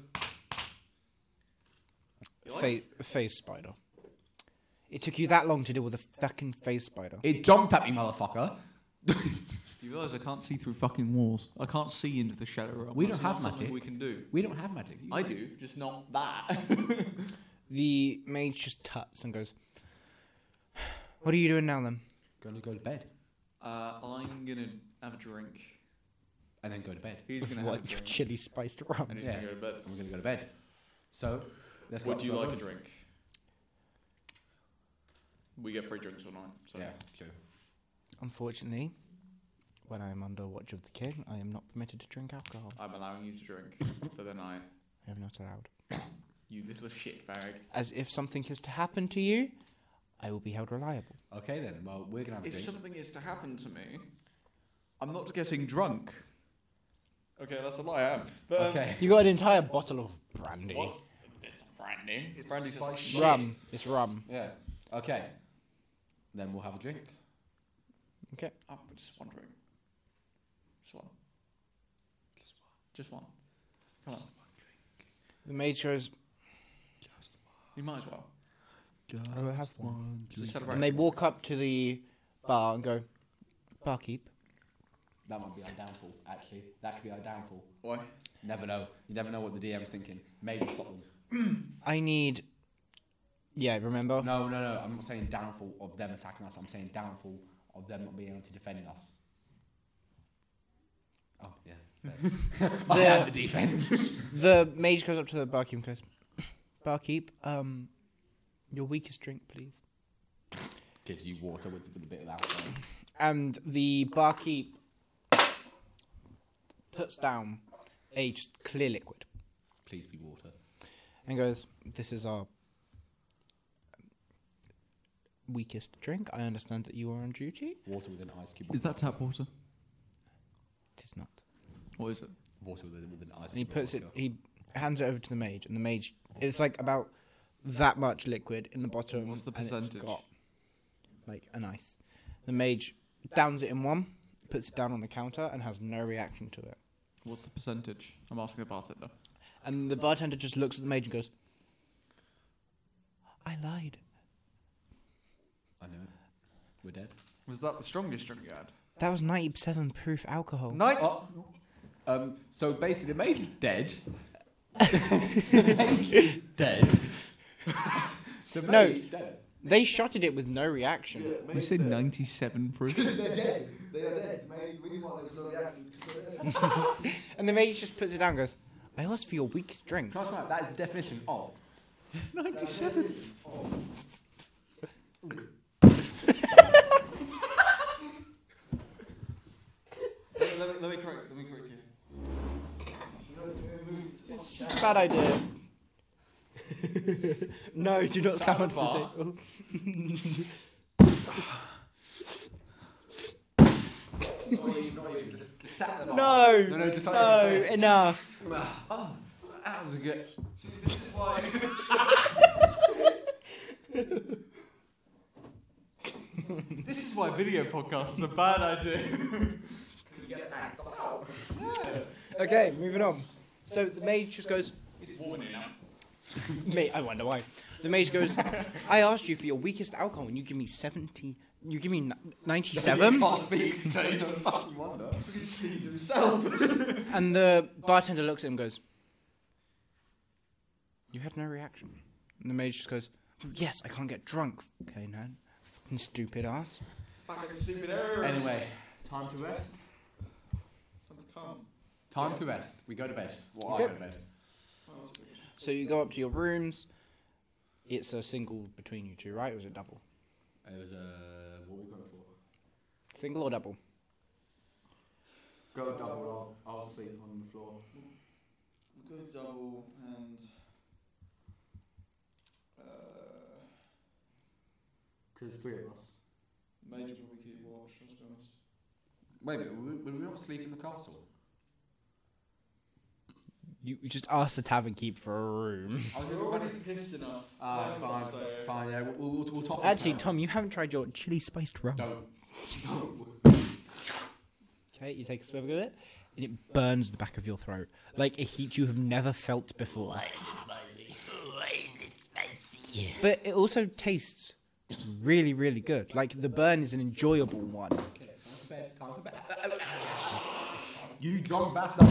You like Fa- phase spider. It took you that long to deal with a fucking phase spider. It jumped at me, motherfucker. *laughs* You realize I can't see through fucking walls. I can't see into the shadow realm. We don't That's have not something magic. We can do. We don't have magic. You I don't. do, just not *laughs* that. The mage just tuts and goes, *sighs* What are you doing now then? Gonna go to bed uh, I'm gonna have a drink. and then go to bed. He's gonna have a *laughs* what? Your drink. chili spiced and rum. he's Yeah. gonna go to bed. And we're gonna go to bed. So, let's go. Would up you to our like a room. drink? We get free drinks all night. So. Yeah, true. Unfortunately, when I am under watch of the king, I am not permitted to drink alcohol. I'm allowing you to drink for the night. I am not allowed. You little shit bag. As if something is to happen to you, I will be held reliable. Okay then. Well, we're gonna have a If drink. something is to happen to me, I'm not getting drunk. Okay, that's a lie. I am. But, um, okay. *laughs* You got an entire bottle of brandy. What's this brandy? Brandy's spicy. just Rum. It's rum. Yeah. Okay. Then we'll have a drink. Okay. I'm just wondering. Just one. Just one. Come on. The mage goes, You might as well. "Oh, I will have one. It's a celebration. And they walk up to the bar and go, barkeep. That might be our downfall, actually. That could be our downfall. Why? Never know. You never know what the DM's thinking. Maybe stop them. I need. Yeah, remember? No, no, no. I'm not saying downfall of them attacking us. I'm saying downfall of them not being able to defend us. Oh, yeah. *laughs* I The- *laughs* am the defense. The mage goes up to the barkeep and goes, barkeep, um, your weakest drink, please. Gives you water with, with a bit of alcohol. And the barkeep puts down a just clear liquid Please be water. and goes, this is our um, weakest drink. I understand that you are on duty. Water with an ice cube. Is that tap water? It is not. Or is it? water with, a- with an ice and he cube? of puts it vodka. he hands it over to the mage and the mage it's like about that much liquid in the bottom What's the and it's percentage? got like an ice the mage downs it in one puts it down on the counter and has no reaction to it What's the percentage? I'm asking the bartender. and the bartender just looks at the mage and goes i lied I know it. We're dead. Was that the strongest drink you had? that was 97 proof alcohol *laughs* Night. Oh, um, so basically, the mage *laughs* is dead. the mage is dead. the mage No. is dead. they shotted it with no reaction Oh, You said 97 proof. They're dead. They are dead. Maybe the reason why there's no reactions because they're dead. and the mage just puts it down and goes i asked for your weakest drink Can I point out, that is the definition of. 97. let, me, let me correct. Let me correct you. it's just a bad idea *laughs* no do not Sound sound, sound the bar. table *laughs* No, No, no, just like- no, just like- enough. Oh, that was a good. See, this is why. *laughs* this is why video podcasts is a bad idea. Okay, moving on. So the mage just goes, It's warm in here now. mate, I wonder why. The mage goes, I asked you for your weakest alcohol, and you give me seventy. You give me ninety-seven, Must be extreme. No fucking wonder. and the bartender looks at him and goes, "You had no reaction." And the mage just goes, "Yes, I can't get drunk." Okay, man, fucking stupid ass. Fucking stupid error. Anyway, time to rest. Come. Time to rest. We go to bed. Well, I Okay. go to bed. So you go up to your rooms. It's a single between you two, right? Or is it double? It was uh, what were we going for? Single or double? Go double. I'll, I'll sleep on the floor. We'll go double and. Uh, Because there's three of us. Major probably keep watch, let's be honest. Wait a minute. Would we not sleep in the castle? You you just ask the tavern keep for a room. I was We're already pissed enough. Ah, Why fine, not stay over? fine. Yeah, we'll, we'll, we'll top. it Actually, down. Tom, you haven't tried your chili spiced rum. Don't. Okay, you take a swig of it, and it burns the back of your throat like a heat you have never felt before. But it also tastes really, really good. Like the burn is an enjoyable one. You drunk bastard.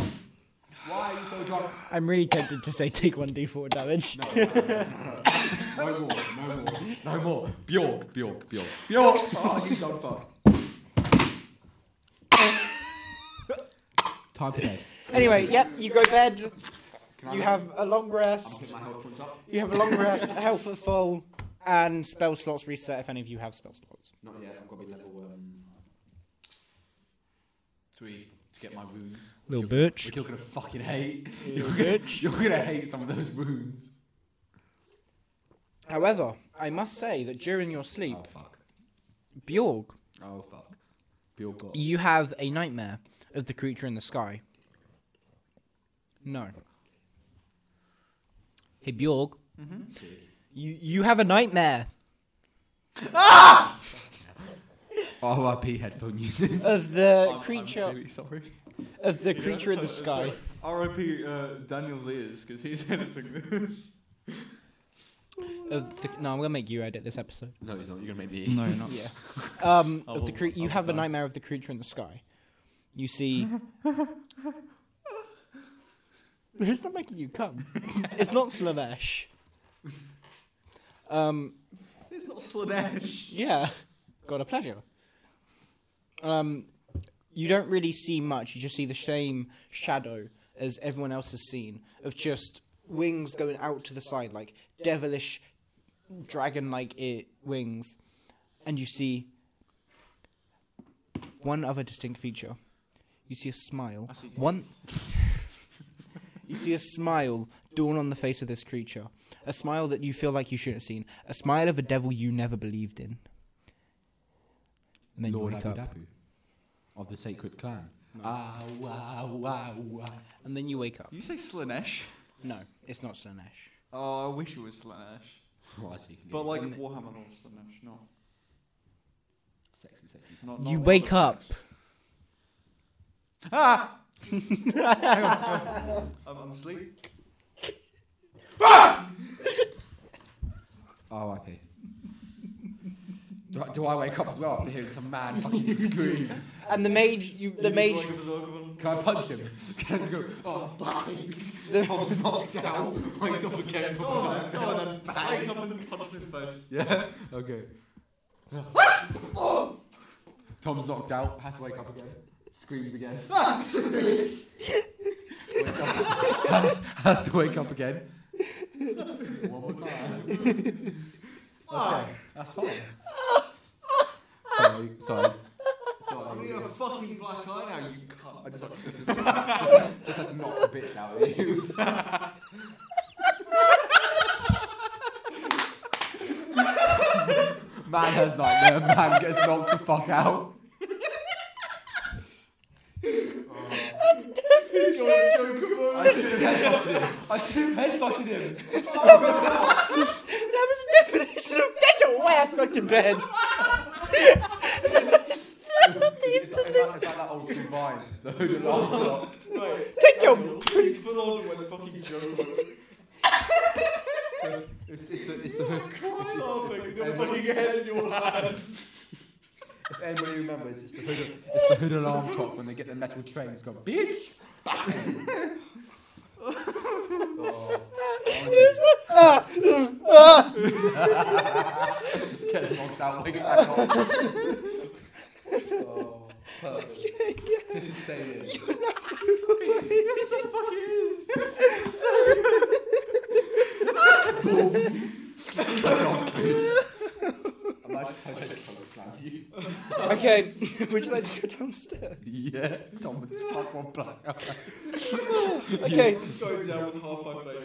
Why are you so drunk? I'm really tempted to say take one d4 damage. No more, no more, no more. Bjork, Bjork, Bjork, Bjork. Oh, you dumb fuck. Time for bed. Anyway, yep, you go bed. Can I You make- have a long *laughs* I'll rest. get my health points up. You have a long rest. Health at full, and spell slots reset if any of you have spell slots. Not yet. I've got to be level um, three to get my runes. Little Which bitch. you're- Which you're gonna fucking hate. You're gonna, you're gonna hate some of those runes. However, I must say that during your sleep, Oh, fuck. Bjorg, Oh fuck. Bjork got. you have a nightmare of the creature in the sky. No. Hey Bjorg, you you have a nightmare RIP headphone users. of the I'm- I'm creature really sorry. of the Yeah, creature in the so- sky. so R.I.P. Uh, Daniel's ears, because he's editing this. Of the, no, I'm gonna make you edit this episode. No, he's not. You're gonna make me. No, not. Yeah. Um, I of the will- cre- I you will have a die. nightmare of the creature in the sky. You see. *laughs* it's not making you come. *laughs* it's not Slanesh. Um, It's *laughs* not Slanesh. yeah, got a pleasure. Um, you don't really see much. You just see the same shadow as everyone else has seen of just wings going out to the side, like devilish, dragon-like i wings, and you see one other distinct feature. You see a smile. One. *laughs* you see a smile dawn on the face of this creature. A smile that you feel like you shouldn't have seen. A smile of a devil you never believed in. And then Lord you wake Abu up. Dhabi of the sacred clan. Ah, wow, wow, wow. And then you wake up. You say Slanesh? No, it's not Slanesh. Oh, I wish it was Slanesh. Well, Oh, I see. But like And- Warhammer or Slanesh, not. sexy, sexy. not You not- wake not up. Slanesh. Ah! Hang on, hang on. I'm, I'm asleep. R.I.P. *laughs* do, I, do I wake up as well after hearing *laughs* some mad fucking scream? And the mage, you, the mage, Can I punch him? Can I go? Oh, bang! the, Knocked out. Wakes up again. Go on *laughs* then, go on then. Wake up and punch me in the face. Yeah. Okay. *laughs* Tom's knocked out. Has to wake up again. *laughs* Screams again. Wakes up- has to wake up again. One more time. Okay, that's fine. Sorry, sorry. Sorry. a fucking black eye now, you cunt. I just had to, just, just, just had to knock the bitch out of you. *laughs* man has nightmare, man gets knocked the fuck out. I should have headbutted *laughs* him. I should have headbutted him. *laughs* That was the definition of get away. I snuck to bed. *laughs* It's like, it's like that old school vine. The hood and lock. Take your. Pretty full on when fucking Joe was It's, it's the, it's the hood. laughing with your fucking head in your hand. If anybody remembers, it's the hood, it's the hood alarm clock when they get the metal train. It's got bitch. Bang. oh, honestly, *laughs* gets knocked out, wakes back up. oh, perfect. This is saving. Yes, that fucking is. Imagine if I did it from the slam. You- Okay, *laughs* would you like to go downstairs? Yeah. Someone's fuck one black. Okay, Just going down with half my face.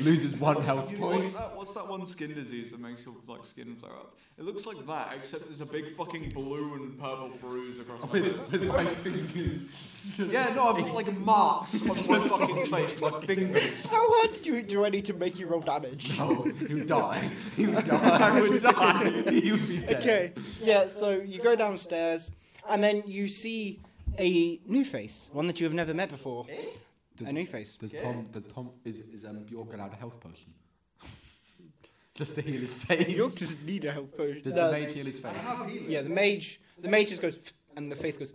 *laughs* Loses one health You know, what's point. that? What's that one skin disease that makes your like skin flare up? It looks like that, except there's a big fucking blue and purple bruise across my face. With my fingers. *laughs* Yeah, no, I've got like marks on *laughs* my fucking face, my fingers. how hard did you do I need to make you roll damage? Oh, he'll die. He'll die. *laughs* I would die. He would be dead. Okay, yeah, so you go downstairs, and then you see a new face, one that you have never met before. Does, A new face. Does Tom? Does Tom? Is is um Bjork allowed a health potion? *laughs* Just to heal his face. York doesn't need a health potion. does No, the mage heal his face? Yeah, the mage, the mage just goes, and the face goes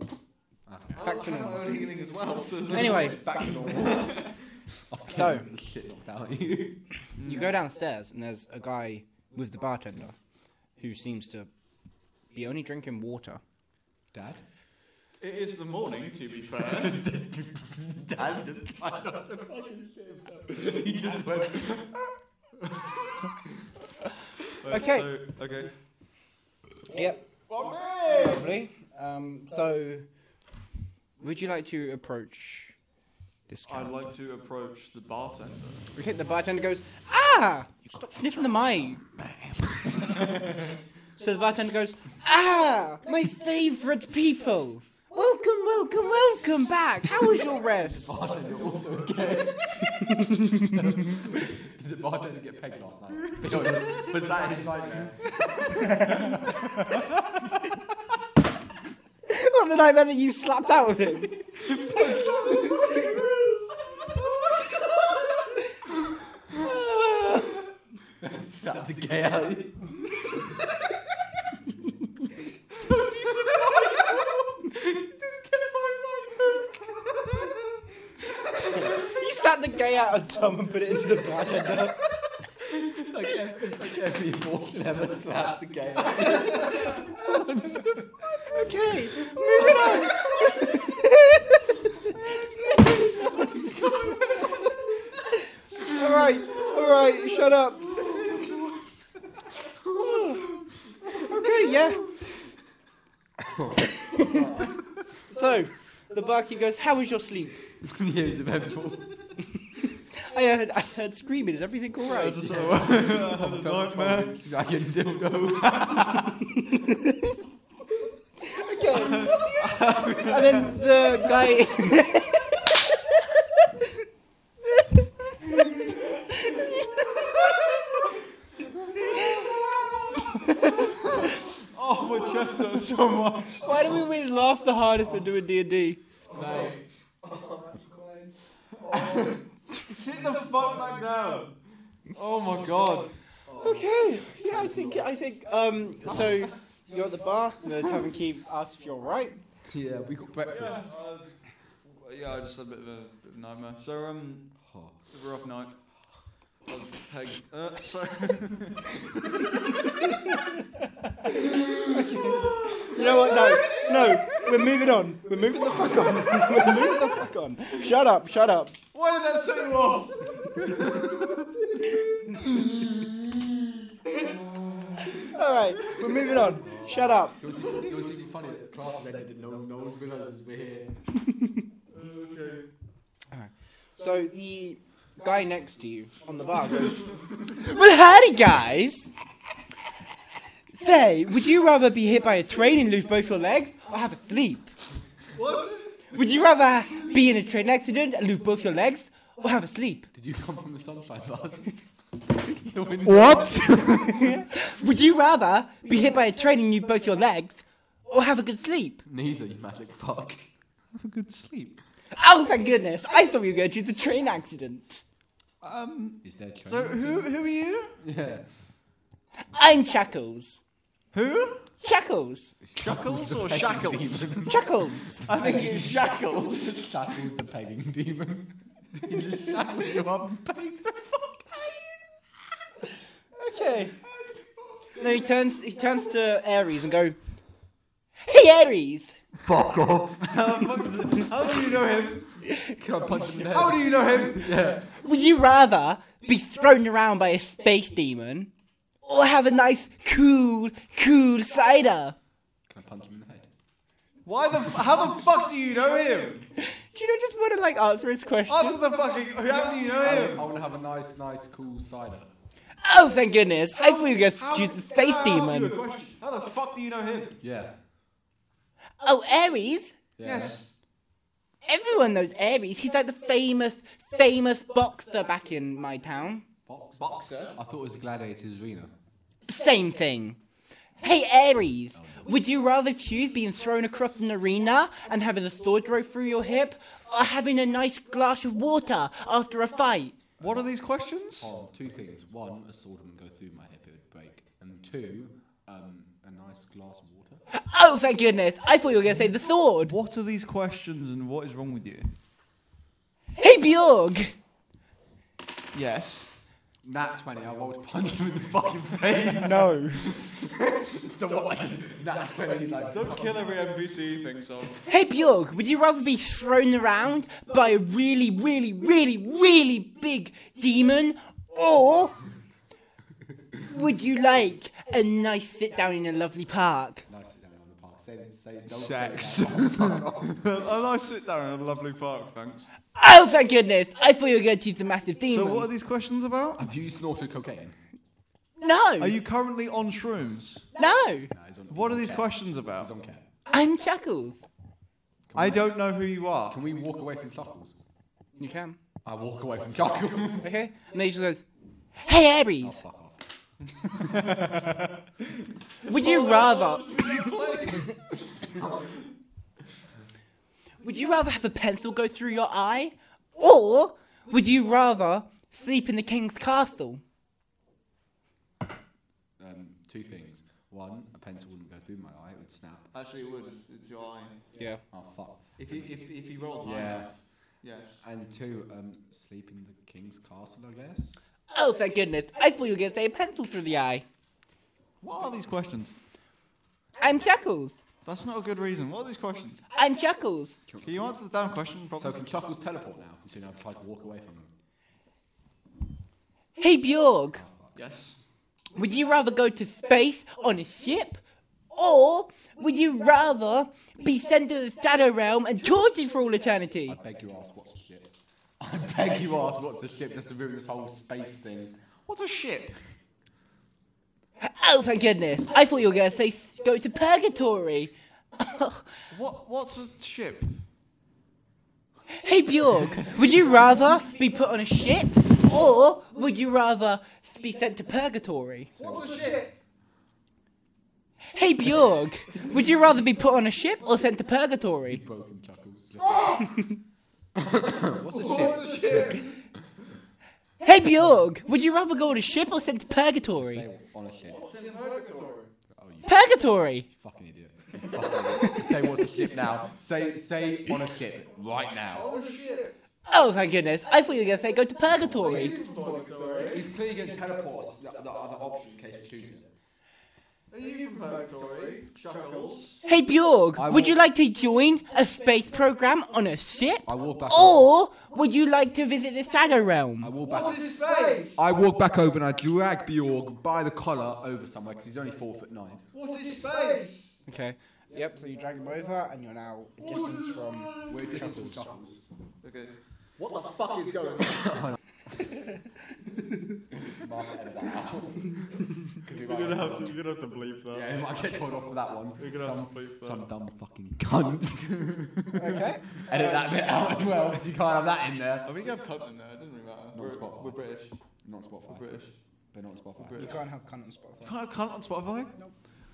Oh, Okay. back to normal. own healing as well. So there's no Anyway, Back to normal. After So- getting the shit knocked out of you. *laughs* you go downstairs, and there's a guy with the bartender, who seems to be only drinking water. Dad. It is the morning, to be *laughs* fair. Dad just tried not to fucking shit *laughs* himself. He just went. Okay. So, okay. Yep. Lovely. Um, so, would you like to approach this guy? I'd like to approach the *laughs* bartender. We think the bartender goes, ah! Stop sniffing the mic. *laughs* so the bartender goes, ah! My favourite people! Welcome, welcome, welcome back! How was your rest? Bartender also okay. Did the bartender get pegged last night? Be honest. Was that his *laughs* nightmare? *laughs* On the night that you slapped out of him. out the gay alley. You sat the gay out of Tom and put it into the bartender. like, ev- like every abortion ever slapped the gay alley. okay. all right, all right, shut up. okay, yeah. so, the barkeep goes, "How was your sleep?" *laughs* yeah, it's eventful. I heard, I heard screaming. Is everything all right? Just sort of- nightmare. Dragon dildo. Okay. and then the guy. *laughs* Oh, my chest hurts so much. Why do we always laugh the hardest when doing D and D? Sit the fuck back down. Oh *laughs* my god. Okay. Yeah, I think I think um. So you're at the bar. The tavern keep asks if you're right. Yeah, we got Yeah, breakfast. uh, yeah, I just had a bit of a, bit of a nightmare. So um, Oh. it was a rough night. I was pegged. Uh, so You know what? No, no. We're moving on. We're moving the fuck on. *laughs* We're moving the fuck on. Shut up. Shut up. why did that set you off? All right. We're moving on. Shut up. It was, it was even funny that classes ended. No, no one realizes we're here. So the guy next to you on the bar goes, *laughs* Well, howdy, guys. Say, would you rather be hit by a train and lose both your legs or have a sleep? What? Would you rather be in a train accident and lose both your legs or have a sleep? Did you come from the sunshine bus? What? *laughs* would you rather be hit by a train and lose both your legs or have a good sleep? *laughs* Neither, you magic fuck. Have a good sleep. Oh, thank goodness. I thought we were going to do the train accident. Um. Is there train? So who who are you? Yeah. I'm Chuckles. Who? Chuckles. Chuckles or shackles? Chuckles. I think it's shackles. *laughs* Shackles the pegging demon. he just shackles you up and pegs the fuck Okay. No, he turns. He turns to Aries and go. Hey, Aries. Fuck off. How the fuck is it- how do you know him? Can I punch him in the How head? do you know him? Yeah. Would you rather be thrown around by a space demon, or have a nice, cool, cool cider? Can I punch him in the head? Why the? f- How the fuck do you know him? Do you not just want to like answer his question? Answer the fucking. How do you know I him? want to have a nice, nice, cool cider. Oh, thank goodness! I thought you guys How- choose the space I asked you a demon. question. How the fuck do you know him? Yeah. Oh, Aries. yeah. Yes. Everyone knows Aries. He's like the famous, famous boxer back in my town. Box- Boxer? I thought it was Gladiator's Arena. Same thing. Hey Aries, would you rather choose being thrown across an arena and having a sword thrown through your hip, or having a nice glass of water after a fight? What are these questions? Oh, two things. One, a sword wouldn't go through my hip, it would break. And two, um, a nice glass of water. Oh, thank goodness! I thought you were going to say the sword. What are these questions and what is wrong with you? Hey Bjorg, Yes. Nat 20, I rolled punch him in the fucking face. *laughs* No. so what? *laughs* Nat 20, like, Don't kill every NPC thing, so. hey Bjorg, would you rather be thrown around by a really, really, really, really big demon, or would you like a nice sit down in a lovely park? Nice is on the park. Say, say, don't Sex. Say that. a nice sit down in a lovely park, thanks. Oh, thank goodness! I thought you were going to choose the massive demon. So, what are these questions about? Have you snorted cocaine? No. Are you currently on shrooms? No. No, he's on, What he's are on these cat. questions He's on about? cat. I'm Chuckles. I don't know who you are. Can we walk away from chuckles? You can. I walk away from chuckles. Okay. And then she goes, Hey oh, Aries, fuck off. would you rather. would you rather have a pencil go through your eye? Or would you rather sleep in the king's castle? Um, Two things. One, a pencil wouldn't go through my eye; it would snap. Actually, it would. It's, it's your eye. Yeah. Oh fuck. If he if if he rolled high Yeah. enough. Yes. And two, um, sleep in the king's castle, I guess. Oh, thank goodness. I thought you were going to say a pencil through the eye. What are these questions? I'm Chuckles. That's not a good reason. What are these questions? I'm Chuckles. Can you answer the damn question So properly? can Chuckles teleport now? Considering I've tried to walk away from him. Hey, Bjorg. Yes. Would you rather go to space on a ship? Or would you rather be sent to the Shadow Realm and tortured for all eternity? I beg you ask what's a ship. *laughs* I beg you ask what's a ship just to ruin this whole space thing. What's a ship? Oh, thank goodness. I thought you were going to say go to purgatory. *laughs* What what's a ship? Hey Bjorg, would you rather be put on a ship or would you rather be sent to purgatory? What's a ship? Hey Bjorg, would you rather be put on a ship or sent to purgatory? Broken Chuckles. what's a ship? What's a ship? Hey Bjorg, would you rather go on a ship or sent to Say purgatory? on a ship. Oh, you Purgatory! fucking idiot. You fucking *laughs* idiot. say what's a ship now. Say say on a ship right now. Oh, thank goodness. I thought you were going to say go to purgatory. He's clearly going to teleport us. The, the other option in case we choose it. Are you from Purgatory? Chuckles. Hey I Bjorg, would will- you like to join a space program on a ship? I walk back. Or would you like to visit the Shadow Realm? I walk back. space? I walk back over and I drag Bjorg by the collar over somewhere because he's only four foot nine. What is space? Okay. Yep, so you drag him over and you're now distance from. We're just Chuckles. Okay. *laughs* *laughs* You're gonna have to. You're gonna have to bleep that. Yeah, I might get told off for that one. You're gonna have Some, to bleep that. some dumb fucking cunt. Okay. *laughs* Edit that bit out as well because you can't have that in there. I mean, you can have cunt in there. It doesn't really matter. We're, Spotify. we're British. Not We're Spotify. British. They're not Spotify. British. Because You can't have cunt on Spotify. Can't have cunt on Spotify.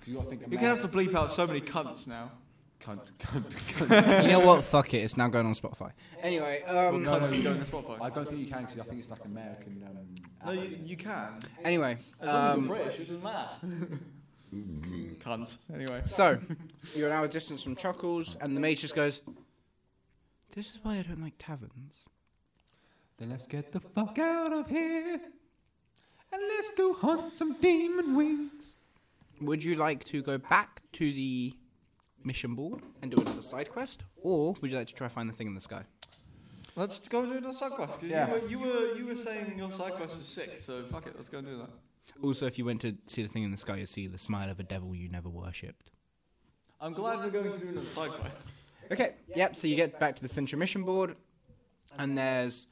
you got to think. You're gonna have to bleep out so many cunts now. Cunt, cunt, cunt. You know what? Fuck it. It's now going on Spotify. Anyway, um, no, Cunts no, is you- going to *laughs* Spotify. I don't think you can because I think it's like American. Um, No, app. you, you can. anyway, As long um, as you're British, it doesn't *laughs* matter. Cunt. Anyway. so you're now a distance from Chuckles, and the mage just goes, "This is why I don't like taverns." Then let's get the fuck out of here and let's go hunt some demon wings. Would you like to go back to the mission board and do another side quest, or would you like to try find the thing in the sky? Let's go do the side quest. 'cause Yeah. You, were, you were you were saying your side quest was sick, so fuck it. Let's go and do that. Also, if you went to see the thing in the sky, you'd see the smile of a devil you never worshipped. I'm glad we're going to do another side quest. Okay. Yep. So you get back to the Central Mission Board, and there's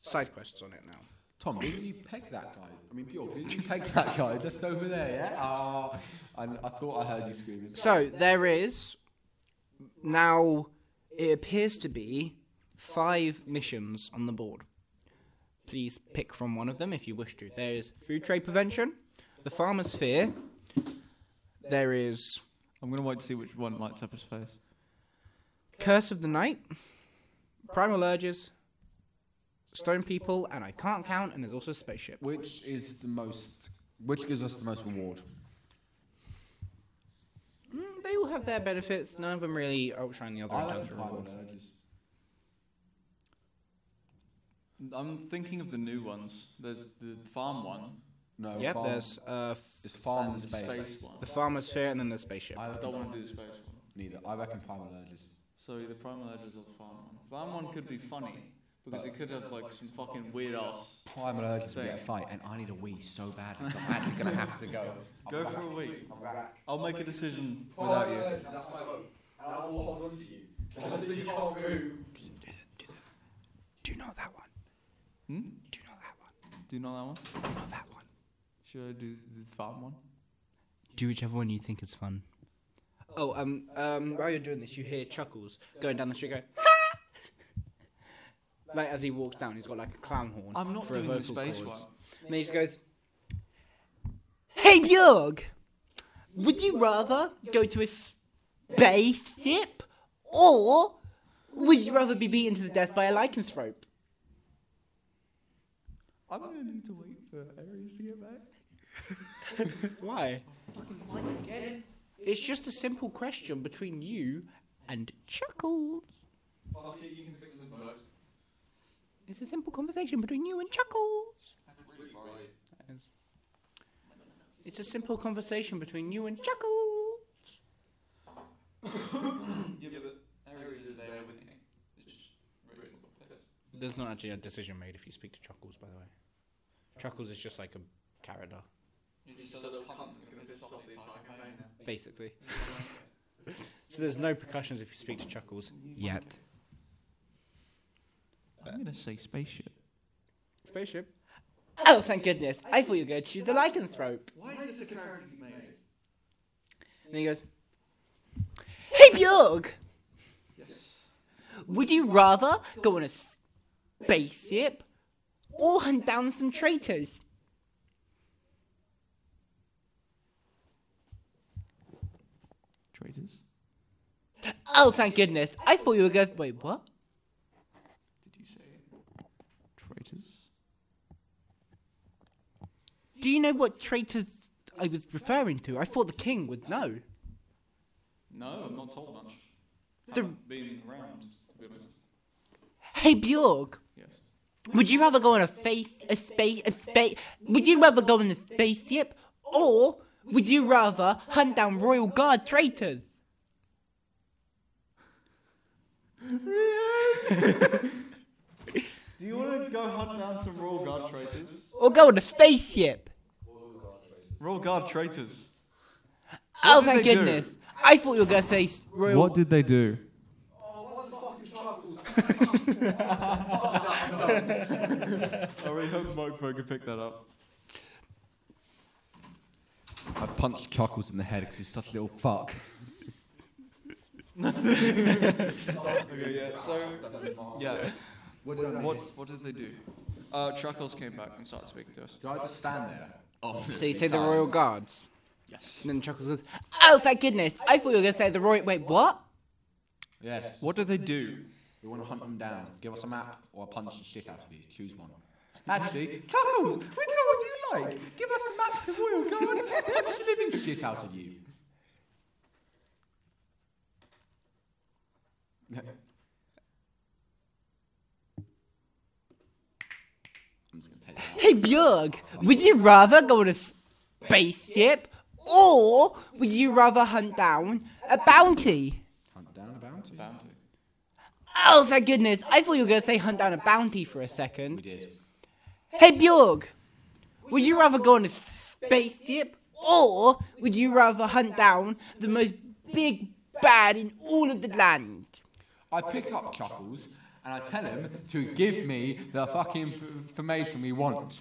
side quests on it now. Tom, didn't you peg that guy? I mean, Bjork, didn't you peg that guy just over there? Yeah. Ah, I, I thought I heard you screaming. So there is now. It appears to be five missions on the board. Please pick from one of them if you wish to. There is food trade prevention, the farmer's fear. There is I'm gonna wait to see which one lights up his face. curse of the night, primal urges, stone people, and I can't count. And there's also spaceship. Which is the most? Which gives us the most reward? Mm, they all have their benefits. None of them really outshine the other. in terms of reward. I'm thinking of the new ones. There's the farm one. No. Yep, farm, there's uh, f- it's farm and and the space. space one. the farmer's sphere and then the spaceship. I I reckon don't want to do the space one. neither. I reckon primal urges. So either primal edges or the farm one. Farm one could be funny because it could have like some fucking weird ass. Primal urges. We Thing. get a fight, and I need a wee so bad. So I'm actually gonna have to *laughs* go. Go for a week. I'll make a decision without you. Do not that one. Hmm? Do not that one. Do you know that one? Do not that one. Should I do the farm one? Do whichever one you think is fun. Oh, um, um, while you're doing this, you hear Chuckles going down the street going, *laughs* like as he walks down, he's got like a clown horn. I'm not for a doing the vocal space chords. one. And he just goes, Hey Bjorg, would you rather go to a spaceship or would you rather be beaten to the death by a lycanthrope? I'm gonna need to wait for Aries to get back. Why? It's just a simple question between you and Chuckles. Fuck it, you can fix this most. It's a simple conversation between you and Chuckles. It's a simple conversation between you and Chuckles. Yeah, but Aries is there with me. It's just written on paper. There's not actually a decision made if you speak to Chuckles, by the way. Chuckles is just like a character, You're just a little cunt that's gonna piss off the entire campaign now. basically. *laughs* So there's no percussions if you speak to Chuckles yet. I'm gonna say spaceship. Spaceship. Oh, thank goodness. I thought you were going to choose the lycanthrope. Why is this a character you made? And he goes, Hey Bjorg, Yes. would you rather go on a spaceship or hunt down some traitors? Traitors? Oh, thank goodness. I thought you were going, wait, what? Did you say traitors? Do you know what traitors I was referring to? I thought the king would know. No, I'm not told much. The, Being around, to be honest. hey Bjorg, Yes. would you rather go on a face, a space, a space, would you rather go on a spaceship or would you rather hunt down royal guard traitors? Do you wanna go hunt down some Royal Guard traitors? Or go on a spaceship? Royal Guard traitors. Oh, did thank they do? goodness. I thought you were going to say s- royal. What did they do? I really hope Mike Poker picked that up. I've punched Chuckles in the head because he's such a little fuck. Okay, yeah, so. Yeah. What did, I What, what did they do? Uh, Chuckles came back and started speaking to us. Did I just stand there? Oh, So you say the royal guards? Yes. And then Chuckles goes, oh, thank goodness. I thought you were going to say the royal. Wait, what? Yes. What do they do? We want to hunt them down. Give us a map or I'll punch the shit out of you. Choose one. Actually, Chuckles, we do what you like. Give us the map to the royal guard. punch the living shit out of you. *laughs* I'm just gonna take that. Hey Björg, would you rather go on a spaceship or would you rather hunt down a bounty? Hunt down a bounty. Bounty. Oh, thank goodness. I thought you were going to say hunt down a bounty for a We second. did. Hey Björg, would you rather go on a spaceship or would you rather hunt down the most big bad in all of the land? I pick up Chuckles and I tell him to give me the fucking inf- information we want.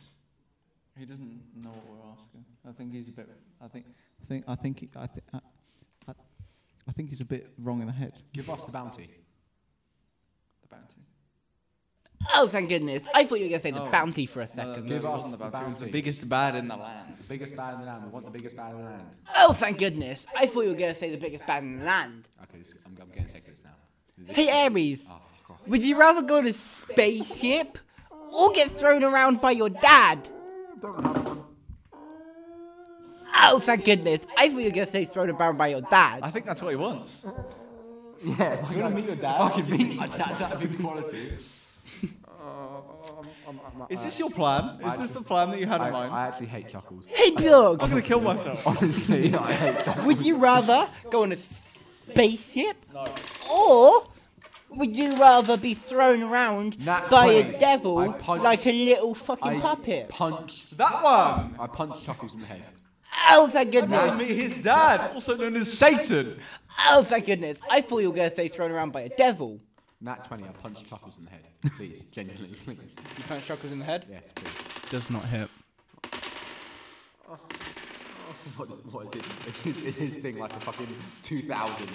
He doesn't know what we're asking. I think he's a bit. I think. I think. I think. He, I, th- I, I, I think he's a bit wrong in the head. Give us the bounty. The bounty. Oh, thank goodness. I thought you were going to say the Oh. bounty for a second. Give it us wasn't the It was the bounty. biggest bad in the land. Biggest bad in the land. We want the biggest bad in the land. Oh, thank goodness. I thought you were going to say the biggest bad in the land. Okay, this, I'm, I'm getting sick of this now. This- Hey Aries. Oh, fuck off. Would you rather go to spaceship or get thrown around by your dad? Oh, thank goodness. I thought you were going to say thrown around by your I dad. think that's what he *laughs* wants. Do you want to meet your dad? Fucking meet my dad. That'd be quality. Is this your plan? Uh, Is this the plan that you had I, in mind? I actually hate Chuckles. *laughs* Hey, Bjorg, I'm gonna kill myself. Honestly, I hate Chuckles. would you rather go on a spaceship or would you rather be thrown around Nat by 20. a devil I punched- like a little fucking I puppet? punch. that one. I punch Chuckles in the head. Oh, thank And goodness. meet his dad, also known as Satan. Oh, thank goodness. I thought you were going to say thrown around by a devil. Nat 20, I punch Chuckles in *laughs* the head. Please, genuinely, please. You punch chuckles in the head? Yes, please. Does not hit. *laughs* What is, what is it? Is his, is his thing like a fucking 2000?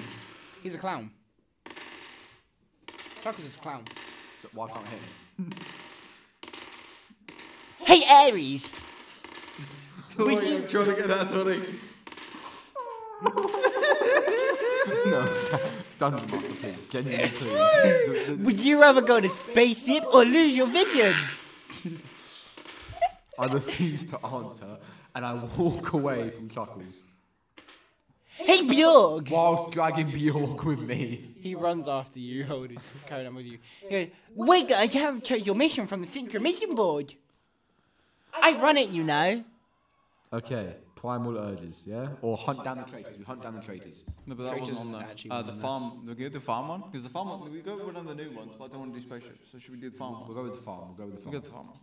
He's a clown. Chuckles is a clown. So why can't I hit him? Hey Aries! Would you trying to get out twenty? No, *laughs* Dungeon Master, please. *laughs* Genuinely, please. The- the- Would you rather go to spaceship or lose your vision? I refuse to answer and I walk away from Chuckles. Hey Bjorg! Whilst dragging Bjork with me. He runs after you, holding, carrying on with you. He goes, Wait, I have chose your mission from the secret mission board. I run it, you know. Okay, primal urges, yeah? Or hunt down the traitors. We hunt down the traitors. No, but that wasn't Traitors on there. actually Uh, wasn't the on farm. Do we go the farm one? Because the farm one, we go with one of the new ones, but I don't want to do spaceship. So should we do the farm We'll one? go with the farm. We'll go with the We go farm. with the farm one.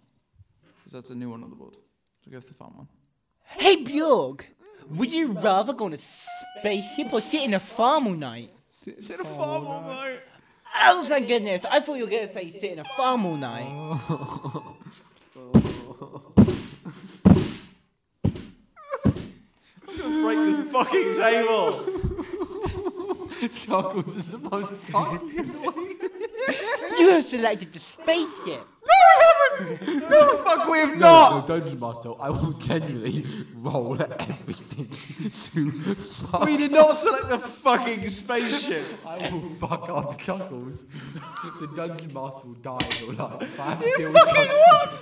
Because that's a new one on the board. So go with the farm one. Hey Bjorg! Would you rather go on a spaceship or sit in a farm all night? Sit, sit a farm all night. Oh, thank goodness! I thought you were going to say sit in a farm all night. Break this fucking table. Chuckles is the most fucking annoying. You have selected the spaceship. Fuck, we have not. No, so Dungeon Master, I will genuinely *laughs* roll everything to *laughs* fuck. We did not select the fucking spaceship. I *laughs* will fuck up Chuckles. The Dungeon Master will die in real life.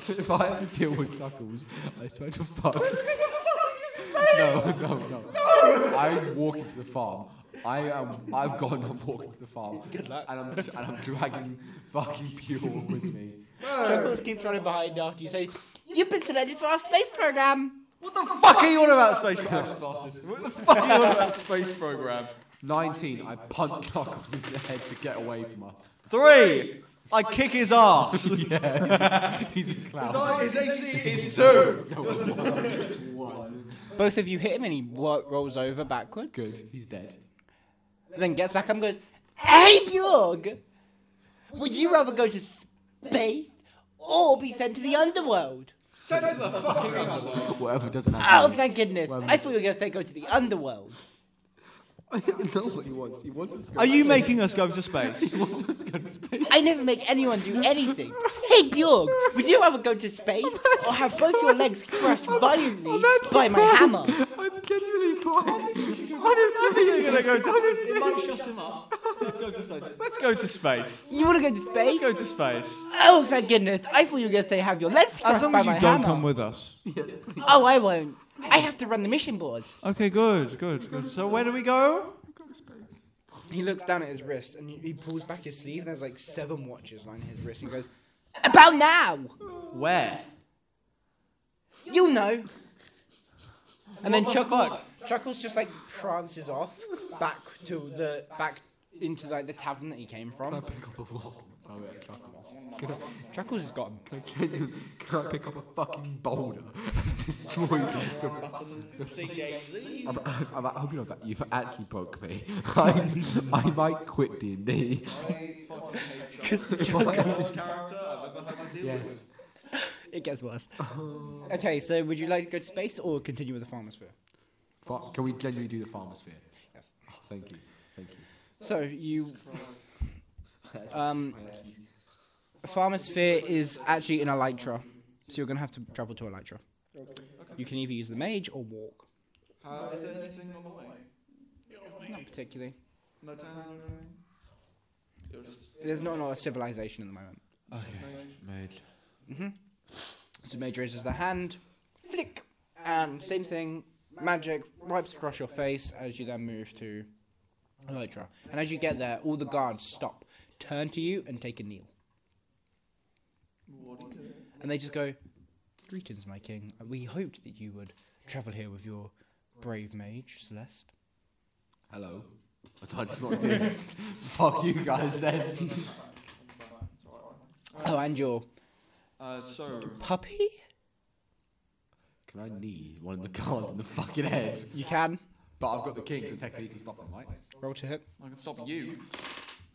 If I have to fucking deal with Chuckles, if I have to deal with Chuckles, I swear to fuck. No, no, no. I'm walking to the farm. I am. I've gone. I'm walking to the farm, and I'm and I'm dragging fucking Pure with me. Chuckles keeps running behind after you say, You've been selected for our space program. What the *laughs* fuck are you on about space program? *laughs* What the fuck are you on about space program? 19. I punt Chuckles in the head to get away from us. Three. I kick his *laughs* ass. He's *laughs* a clown. His AC is two. Both of you hit him and he wo- rolls over backwards. Good. He's dead. Then gets back up and goes, Hey Bjorg! Would you rather go to space or be sent to the underworld? Send to the fucking underworld. Whatever doesn't Oh, happen. thank goodness. I thought you were going to say go to the underworld. I don't know what he wants. He wants us to go. Are you making us go to space? He wants us to go to space. I never make anyone do anything. Hey Bjorg, would you rather go to space or have both your legs crushed violently by my hammer? I'm genuinely crying. Honestly, you're gonna go Let's go to space. Let's go to space. You want to go to space? Let's go to space. Oh, thank goodness. I thought you were going to say have your legs crushed As long by as you my don't hammer. come with us. Oh, I won't. I have to run the mission board. Okay, good, good, good. So where do we go? He looks down at his wrist and he- he pulls back his sleeve. And there's like seven watches lining his wrist. And he goes, "About now, Where? you know." And then the Chuckles, fuck? Chuckles just like prances off back to the back into like the tavern that he came from. pick up a rock. Oh, yeah, Chuckles. Chuckles has got I genuinely- Can I pick up a fucking boulder and destroy you? I'm, I'm, I hope you know that you've actually broke me. *laughs* I, I might quit D and D. Yes. it gets worse. Okay, so would you like to go to space or continue with the pharmasphere? Fa- Can we genuinely do the pharmasphere? Yes. Oh, thank you. Thank you. So you, um, Pharmasphere is actually in Elytra, so you're gonna have to travel to Elytra. You can either use the mage or walk. is there anything on the way? Not particularly. No time. There's not a lot of civilization in the moment. Mage. Mm-hmm. So mage raises the hand, flick, and same thing. Magic wipes across your face as you then move to Elytra. And as you get there, all the guards stop, turn to you, and take a kneel. And they just go, Greetings, my king. We hoped that you would travel here with your brave mage, Celeste. Hello. I thought it's not this. *laughs* Fuck you guys then. Oh, and your Uh, so puppy? Can I knee one of the guards in the fucking head? You can. But I've got the king, so technically you can stop them, right? Roll to hit. I can stop you.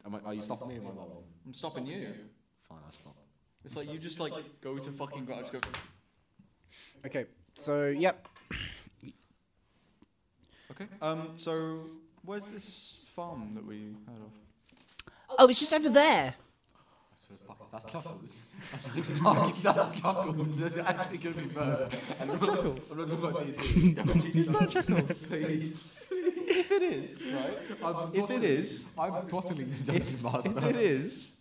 Am I, are you stopping me or am I not? I'm stopping you. Fine, I'll stop. It's like you just like go to fucking God. Just go. Okay, so, yep. Okay. Um. So where's this farm that we heard of? Oh, it's just over there. Fuck, that's Chuckles. That's fucking that's Chuckles. That's actually going to be murder. And I'm not- I'm not talking about D&D. Is that Chuckles? Please. if it is, right? I'm If it throttling- is, I'm throttling the Dungeon Master. if it is,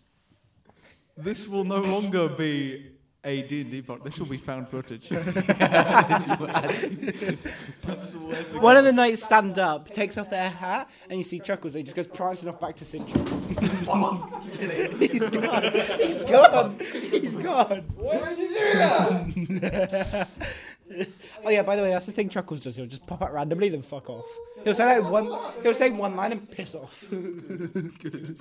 this will no longer be a D&D part. This will be found footage. One of the knights stand up, takes off their hat, and you see Chuckles. They just goes prancing off back to Cintron. He's gone. He's gone. He's gone. Why would you do that? *laughs* oh yeah. By the way, that's the thing Chuckles does. He'll just pop out randomly, then fuck off. He'll say like one. He'll say one line and piss off. *laughs* hey,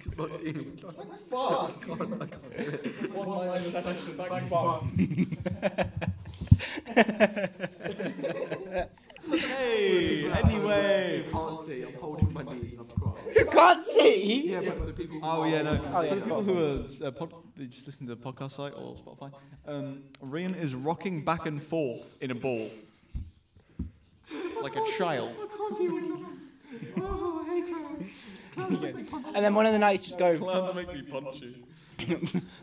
anyway. can't see. I'm holding my knees and I'm crying. you can't see. Yeah, but the people. Oh yeah, no. Oh, yeah, For the people who are uh, pod, who just listening to the podcast site or Spotify, um, Rian is rocking back and forth in a ball, like a child. And then one of the knights just go. Clowns make me punch you.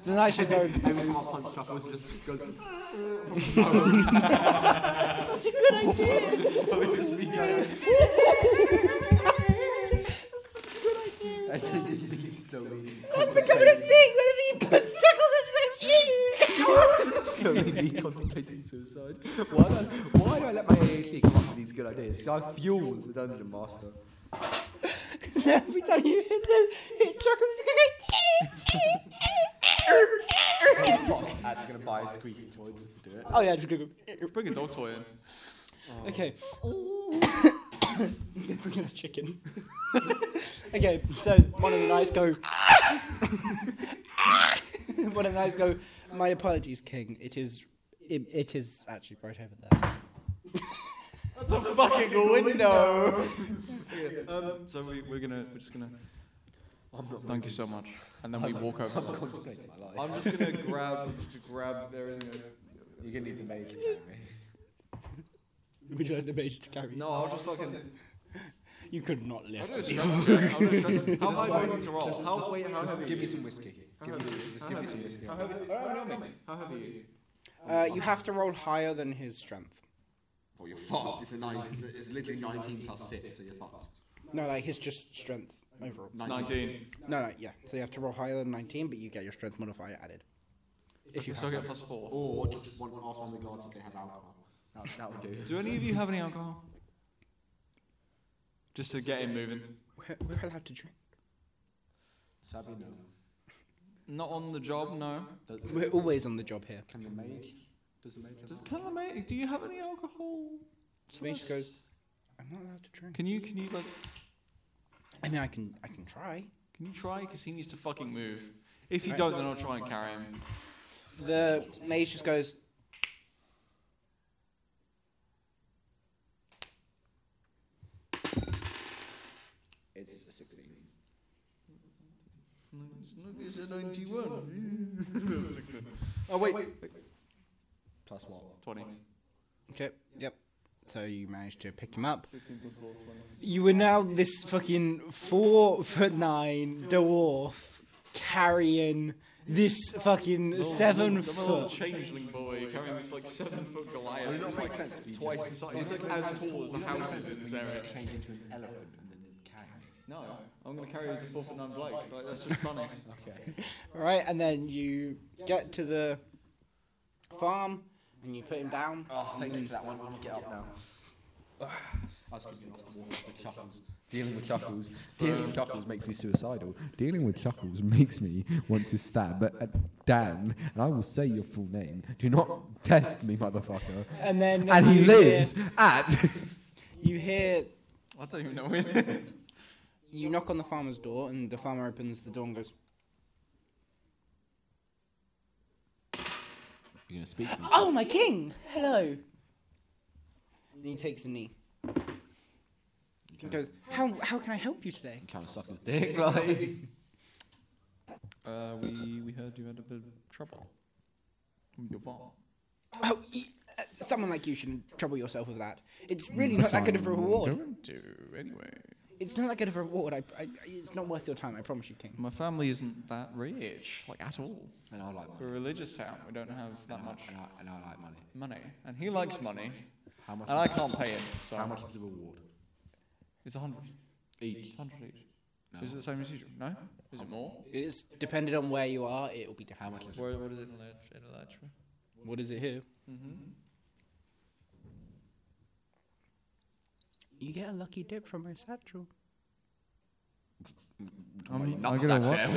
The knights just go. Every time I punch Chuckles, it just goes. *laughs* *laughs* And then it just keeps slowly. slowly contemplating suicide. Why do, I, why do I let my ADHD come up with these good ideas? So I fuel the dungeon master. Every time you hit the hit Chuckles, it's gonna go. I'm actually going to buy a squeaky toy just to do it. oh yeah, just gonna go. Bring a dog toy in. Okay. Bring in a chicken. okay, so one of the knights go. one of the knights go. My apologies, King. It is. It, it is actually right over there. That's a fucking window. um, so we, we're gonna we're just gonna. Thank you so much. And then we walk over. I'm contemplating my life. I'm just gonna grab just grab. There isn't. You're going to need the mage to carry me. Would you like the mage to carry? No, I'll just *laughs* fucking. You could not lift. I'll do a strength check. I'll do a strength check. How am I going to roll? How wait? How Just heavy? give me some are you? whiskey. How Give me heavy some, are you? just How give me heavy some are you? How whiskey. heavy? Oh, no, mate. How heavy are you? Uh, you have to roll higher than his strength. Oh, Well, you're fucked. It's a nine. It's, it's literally 19 plus six, so you're fucked. No, like his just strength overall. 19. No, no, yeah. So you have to roll higher than 19, but you get your strength modifier added. If you So I have get plus 4. Or just Just one ask one of the guards if they have alcohol. that, that would do. Do any of you have any alcohol? Just to get him moving. we're, we're allowed to drink. Sadly, no. Not on the job, no. Does, We're always on the job here. can the mage? Does the mage? Does, can the mate, do you have any alcohol? So he just Celeste? goes, I'm not allowed to drink. Can you, can you, like, I mean, I can, I can try. can you try? Because he needs to fucking move. If you don't, then I'll try and carry him. The mage just goes, It's a 16. It's a *laughs* 91. oh wait. Plus one. 20. Okay, yep. So you managed to pick him up. You were now this fucking four foot nine dwarf carrying this fucking I'm seven a little foot. changeling boy carrying this, like, seven foot Goliath. Would it It's not like make sense for you? twice just- the size. He's like as tall as the Would it not make houses sense in for this you area. just change into an elephant and then carry me? No, I'm gonna carry you as a four foot nine bloke. Like that's just funny. *laughs* Okay. Right, and then you get to the farm and you put him down. Oh, thank you for that one. I'm gonna get up now. I was gonna ask the water *laughs* for chuckles. Dealing with chuckles. Dealing with chuckles makes me suicidal. Dealing with chuckles makes me want to stab at Dan, and I will say your full name. Do not test me, motherfucker. And then And he you lives Hear, at. *laughs* you hear I don't even know where. It you knock on the farmer's door and the farmer opens the door and goes, You're gonna speak to me. "Oh, my king! Hello." And he takes a knee. He goes, "How how can I help you today?" You kind of suck his dick, like. uh, we we heard you had a bit of trouble with your farm. Oh, y- uh, someone like you shouldn't trouble yourself with that. It's Mm, really not that good of a reward. Going to anyway. It's not that good of a reward. I, I, it's not worth your time. I promise you, king. My family isn't that rich, like at all. And I like We're a money. religious town. We don't have that And I, much and I, and I like money. money, and he likes money, How much? and I can't pay him. So How much is the reward? It's a hundred. Each. Hundred each. No. Is it the same as usual? No. Is it more? It's dependent on where you are. It will be different. How much is it? Where, what is it in Elatra? What is it here? You get a lucky dip from my satchel. I'm, Not I'm gonna sat what? there.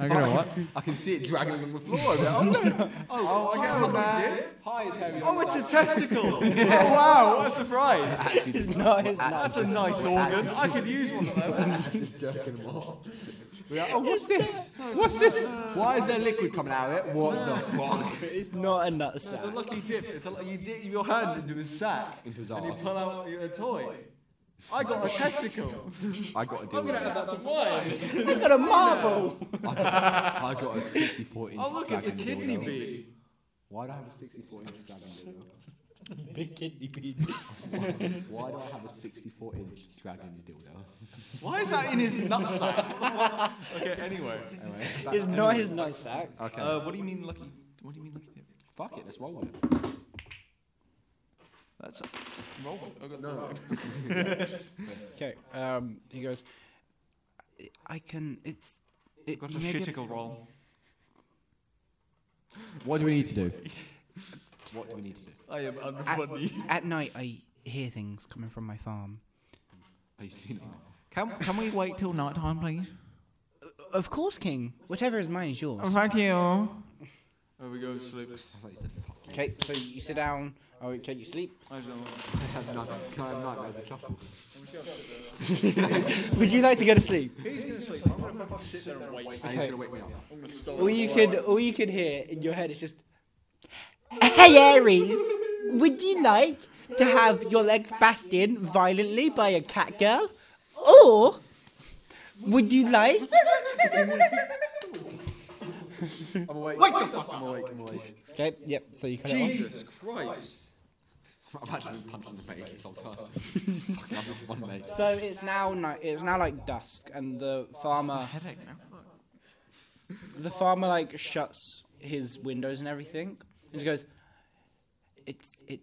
I'm gonna what? I can see it dragging along the floor. I'm like, oh, oh, I get man. Hi, it's Harry. Oh, it's a testicle! Oh, wow, what a surprise! *laughs* It's not *laughs* his That's a nice organ. I could use one of those. Oh, what's this? What's this? Why is there liquid coming out of it? What the fuck? It's not a nut sack. It's a lucky dip. It's a, lu- you dip your hand into his sack Into his and you arse. pull out a toy. I got a testicle. I got to deal I'm with gonna add it. that to mine. Look at a marble. *laughs* I got a 64 inch. Oh look, it's a dragon dildo. kidney bee. Why do I have a 64 inch dragon dildo? Big kidney bean. Why do I have a 64 inch dragon dildo? Why is that in his nutsack? *laughs* okay, anyway. Anyway, *laughs* It's not his nut sack. okay. Uh, what do you mean lucky? What do you mean lucky dip? Fuck it, let's roll with it. That's a roll. I got Okay. Um. He goes. "I- I can. It's. It Got a may be shitticle roll. What do we need to *laughs* do? What do we need to do? I am At, unfunny. *laughs* at night, I hear things coming from my farm. Are you seen it? Can, can we wait till night time, please? Of course, King. Whatever is mine is yours. Thank you. Are we going to sleep? Sounds like you said fuck. Okay, so you sit down. Oh, okay, you sleep. I just don't know. Can I have nightmares? Can I have nightmares of chuckles? Would you like to go to sleep? He's going to sleep. I'm going to fucking sit there and wait. And he's gonna wake me up. All you could, all you could hear in your head is just, "Hey, Aries, would you like to have your legs bashed in violently by a cat girl, or would you like?" I'm awake. Wake the fuck! I'm awake. I'm awake. Okay, yep. So you cut it off. Jesus Christ. I've actually been punched in the face this whole time. *laughs* fucking have this one, mate. So it's now night. It's now like dusk, and the farmer, Headache now. the farmer like shuts his windows and everything, and he goes, "It's it.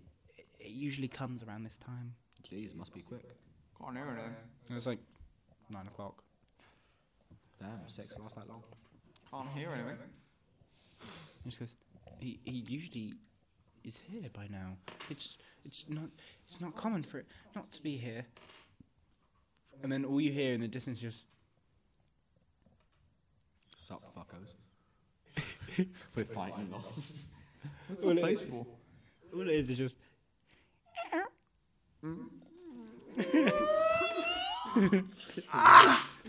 It usually comes around this time." Jeez, must be quick. Can't hear anything. And it's like nine o'clock. Damn, sex lasts that long. Can't hear anything. He just goes, he, he usually is here by now. It's it's not it's not common for it not to be here. And then all you hear in the distance is just Sup, fuckos. *laughs* We're fighting loss. What's all, it, for? all it is is just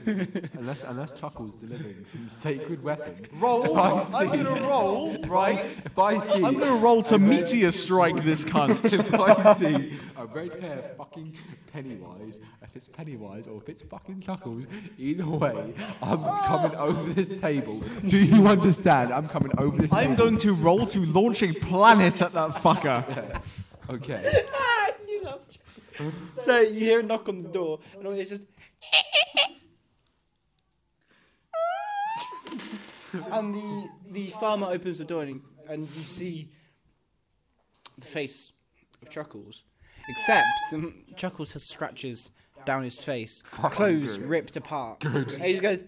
Unless, unless Chuckle's delivering some sacred *laughs* weapon. *laughs* Roll. Oh, I'm going to roll, right? If I see, I'm going to roll to meteor strike this cunt. *laughs* if I see a red hair fucking Pennywise, if it's Pennywise or if it's fucking Chuckles, either way, I'm coming over this table. Do you understand? I'm coming over this I'm table. going to roll to launch a planet at that fucker. Okay. So you hear a knock on the door and all it's just *laughs* And the the farmer opens the door and, and you see the face of Chuckles. Except um, Chuckles has scratches down his face, clothes ripped apart. And he just goes,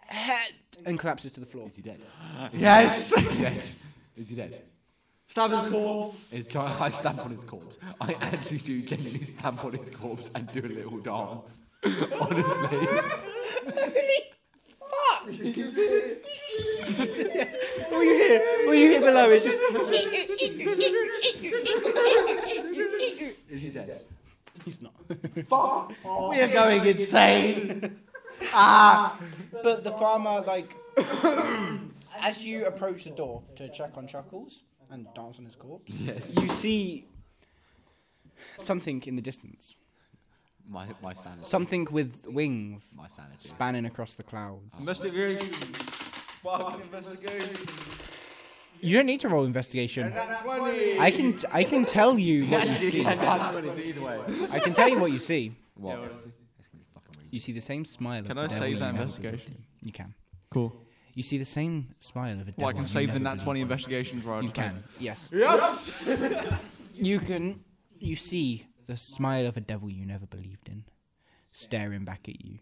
"Head," and collapses to the floor. Is he dead? Yes. Is he dead? Is he dead? Stab his corpse. Is I stamp on his corpse. I actually do genuinely stamp on his corpse and do a little dance. Honestly. All you hear, all you hear below is just Is he dead? he's not. Fuck! We are going insane. ah! But the farmer, like, *coughs* as you approach the door to check on Chuckles and dance on his corpse, Yes. you see something in the distance. My, my sanity. Something with wings My sanity. spanning across the clouds. Investigation. Fucking investigation. You don't need to roll investigation. Nat 20. I can I can tell you what you see. Nat 20 either way. I can tell you what you see. What? Yeah, what is it? It's gonna be fucking weird. You see the same smile. Can of I the save devil that you never investigation? believed in. You can. Cool. You see the same smile of a devil. Well, I can you save the never Nat 20 believed in. investigation for our You can. Yes. Yes! *laughs* You can. You see the smile of a devil you never believed in, staring back at you.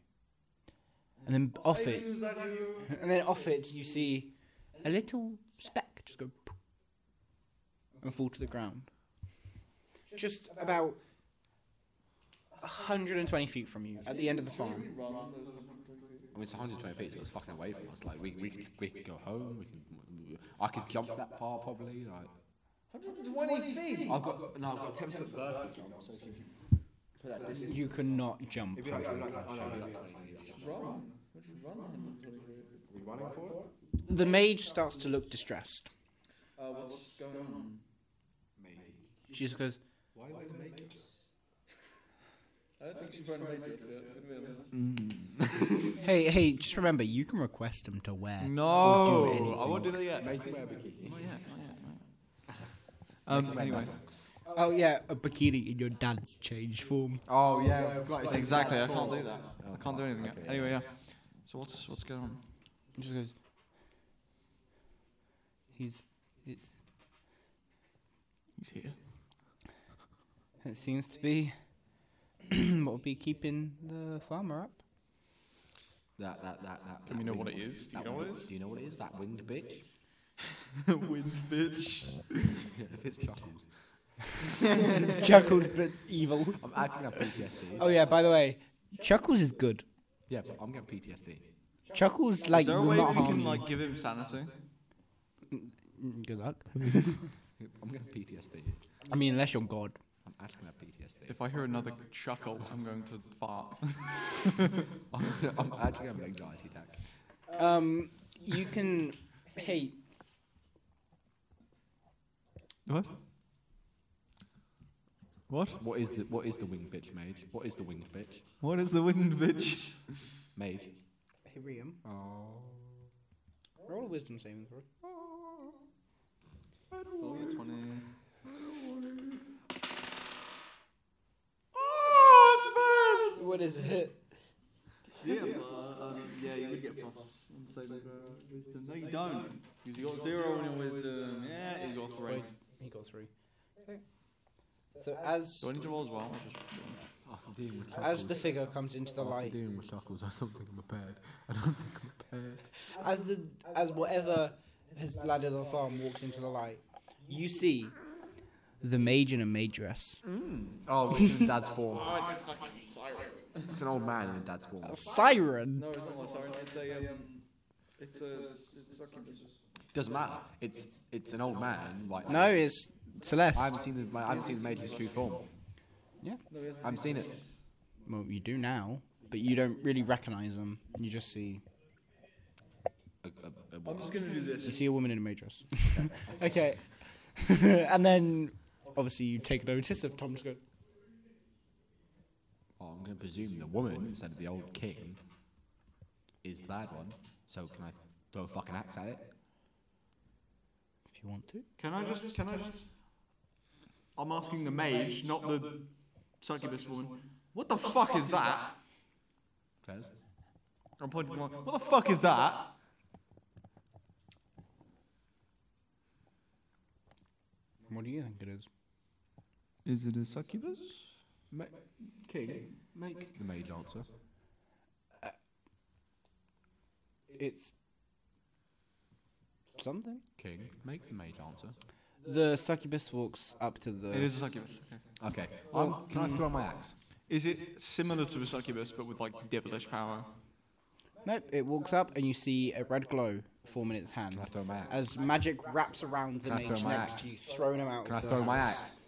And then off it, and then off it, you see a little speck just go. poof. and fall to the ground. Just about 120 feet from you at the end of the farm. I mean, it's 120 feet, so it's fucking away from us. Like, we, we, could, we could go home. We can, I could jump that far probably. Like, 120 feet. I've got no, I've got 10 foot vertical jump. So if you put that distance, You cannot jump. it'd be like, it'd be like, oh no, it'd be like 20 feet. Run. Would you run 120 feet? Are we running for it? The mage starts to look distressed. Uh, what's going on? She just goes, Why would they make us? I don't think she's trying to make us yet, to be honest. Mm. *laughs* "Hey, hey, just remember, you can request them to wear." Or do No, anything. I won't do that yet. Make it wear a bikini. Not yet, not yet, not yet. Um, anyway, Oh yeah, a bikini in your dad's change form. Oh yeah, I forgot. It's exactly. I can't do that. I can't do anything. yet. Anyway, yeah. So what's what's going on? He just goes, "He's, it's, He's here. it seems to be *clears throat* what will be keeping the farmer up." That that that that. Do we that know wing- what it is? Do you that know what it wing- is? Do you know what it is? That winged bitch. *laughs* Wind bitch. Yeah, if it's chuckles. *laughs* Chuckles, but evil. I'm actually gonna have PTSD. *laughs* Oh yeah, by the way, Chuckles is good. Yeah, but I'm getting PTSD. Chuckles like Is there a will way not we harm can you. like give him sanity? Mm, Good luck. I'm getting PTSD. I mean, unless you're God. I'm actually gonna have PTSD. If I hear another chuckle, I'm going to fart. I'm, *laughs* I'm actually gonna have an anxiety attack. Um, you can. Hey, What? What? What is the what is the winged bitch mage? What is the winged bitch What is the wind bitch? mage? hey, Riam. Oh. Roll a wisdom saving throw. Roll a 20. What is it? Yeah, uh, um, yeah, you would get plus one saving throw. Wisdom. No, you don't. Because you got zero on your wisdom. Yeah, you got three. Wait. He got three. So as Do I need to roll as well? I just. After dealing with as the chuckles- figure comes into the after light, dealing with chuckles, I don't think I'm prepared. I don't think I'm prepared. *laughs* as the as whatever has landed on the farm walks into the light, you see the mage in a majoress. *laughs* Oh, this is dad's form. Oh, it's fucking It's an old man in dad's form. Siren. No, Oh, it's not like sorry. It's a. Um, it's a. It's, it's succubus. Doesn't matter. It's it's an old man. Like No, it's Celeste. I haven't seen the I haven't seen the mage's true form. Yeah. No, he hasn't. I haven't seen it. well, you do now, but you don't really recognize them. You just see I'm just gonna do you this. see a woman in a *laughs* majoress. *laughs* okay, *laughs* and then obviously you take notice of Tom's going. Well, I'm going to presume the woman instead of the old king is the bad one. So can I throw a fucking axe at it? If you want to. Can I just? Can I just? I'm asking the mage, not the succubus woman. What the fuck is that? Fez? I'm pointing to the one. What the fuck is that? What do you think it is? Is it a succubus? Ma- king, make the mage answer. It's something. King, make the mage answer. The succubus walks up to the. It is a succubus. Okay. Okay. Um, can I throw my axe? Is it similar to a succubus but with like devilish power? Nope. It walks up and you see a red glow form in its hand Can I throw my axe? as magic wraps around the Can I throw mage my next axe? to you, throwing him out. Can I of the throw my house. axe?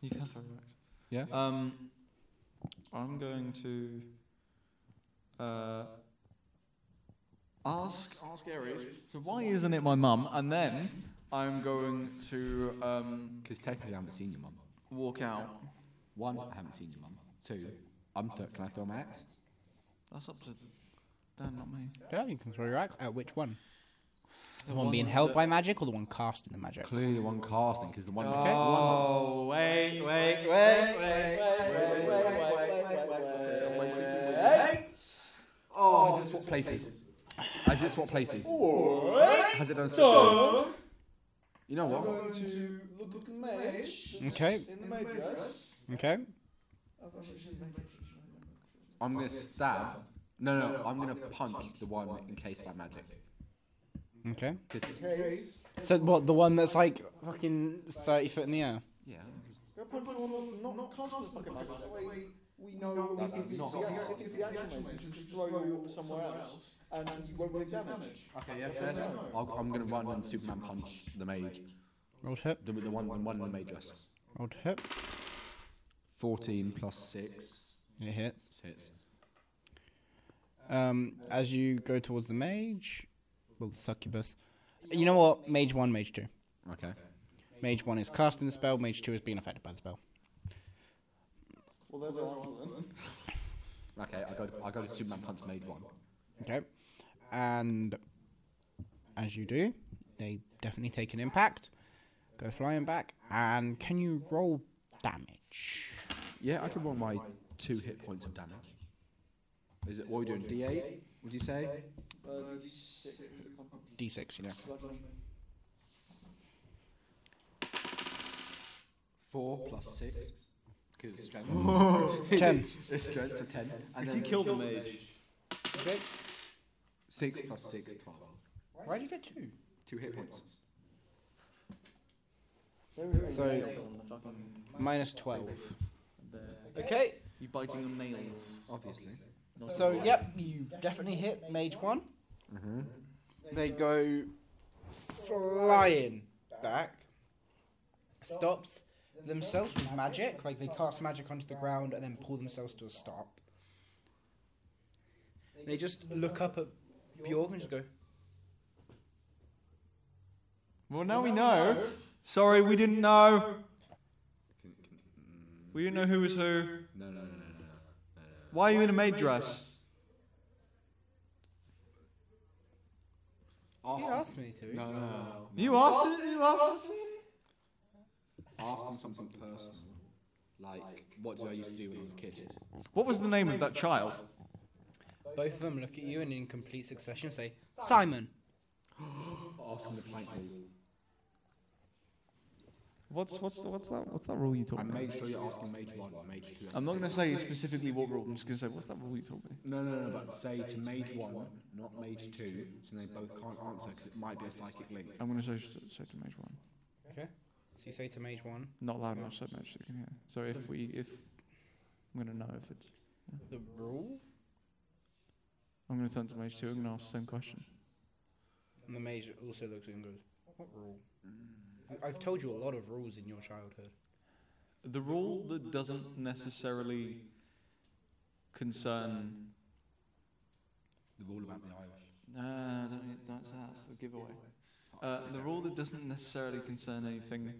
You can throw your axe. Yeah. Um, I'm going to uh, ask ask Ares. So why isn't it my mum? And then I'm going to um, Because technically I haven't seen your mum. walk out. One, I haven't seen your mum. Two, I'm th- can I throw my axe? That's up to Dan, not me. Yeah, you can throw your axe. At which one? The, The one, one being that- held by magic or the one casting the magic? Clearly the one casting, because the one... Oh wait, wait, wait, wait, wait, wait, wait, wait, wait, wait. Oh, has it swapped places? Has it swapped places? Has it done a switch? You know I'm what? going to look at the mage Okay. in the mage dress. Okay. I'm gonna stab. No, no, I'm gonna punch the one encased by magic. Okay. So what? The one that's like fucking thirty foot in the air. Yeah. Go put someone else not not cast the fucking magic. That way we know that if it's that's not the- cast. if it's the actual magic, you just throw you somewhere else and you won't take damage. Okay, yeah, fair. I'll, I'm gonna run and Superman punch the mage. Roll to hit. The, the one, the one the mage does. Roll to hit. Fourteen plus six. It hits. Six. Um, as you go towards the mage, well, the succubus. You know what? Mage one, mage two. Okay. Mage one is casting the spell. Mage two is being affected by the spell. Well, there's our answer then. Okay, I go. To, I go to Superman punch mage one. Okay. And as you do, they definitely take an impact. Go flying back. And can you roll damage? Yeah, I can roll my two hit points of damage. Is it what are we doing? D eight? Would you say? Uh, six, something. D6, you know. Four plus six. Because it's strength. *laughs* 10. It's strength, so ten. And If you then kill the mage, six plus six, twelve. Why'd you get two? Two hit points. So, minus 12. Okay. you biting on nails. Obviously. So, yep, you definitely hit mage one. Mm-hmm. They go flying back. Stops themselves with magic, like they cast magic onto the ground and then pull themselves to a stop. They just look up at Bjorg and just go, Well, now we know. Sorry, we didn't know. We didn't know who was who. No, no, no, no, no. Why are you in a maid dress? You asked me to. No, no, no. You asked it. You asked it. Uh, Ask them something personal. Like, what did I used to do when I was a kid? What was the name of that child? Both of them look at you and in complete succession say, Simon. Ask them to plank me. What's what's the, what's that what's that rule you I taught me? made sure you're asking Mage 1 and Mage 2. I'm not gonna say specifically what rule. I'm just gonna say what's that rule you taught me. No, no, no, but say to Mage 1, not Mage 2, so they both can't answer because it might be a psychic link. I'm gonna say say to mage one. So you say to mage one, Not loud enough so mage two can hear. So if we if I'm gonna know if it's the rule? I'm gonna turn to mage two. I'm gonna ask the same question. And the mage also looks at you and goes, What rule? I- I've told you a lot of rules in your childhood. The rule that doesn't necessarily concern. The rule about the Irish. No, uh, don't, don't say that's the giveaway. Uh, the rule that doesn't necessarily concern anything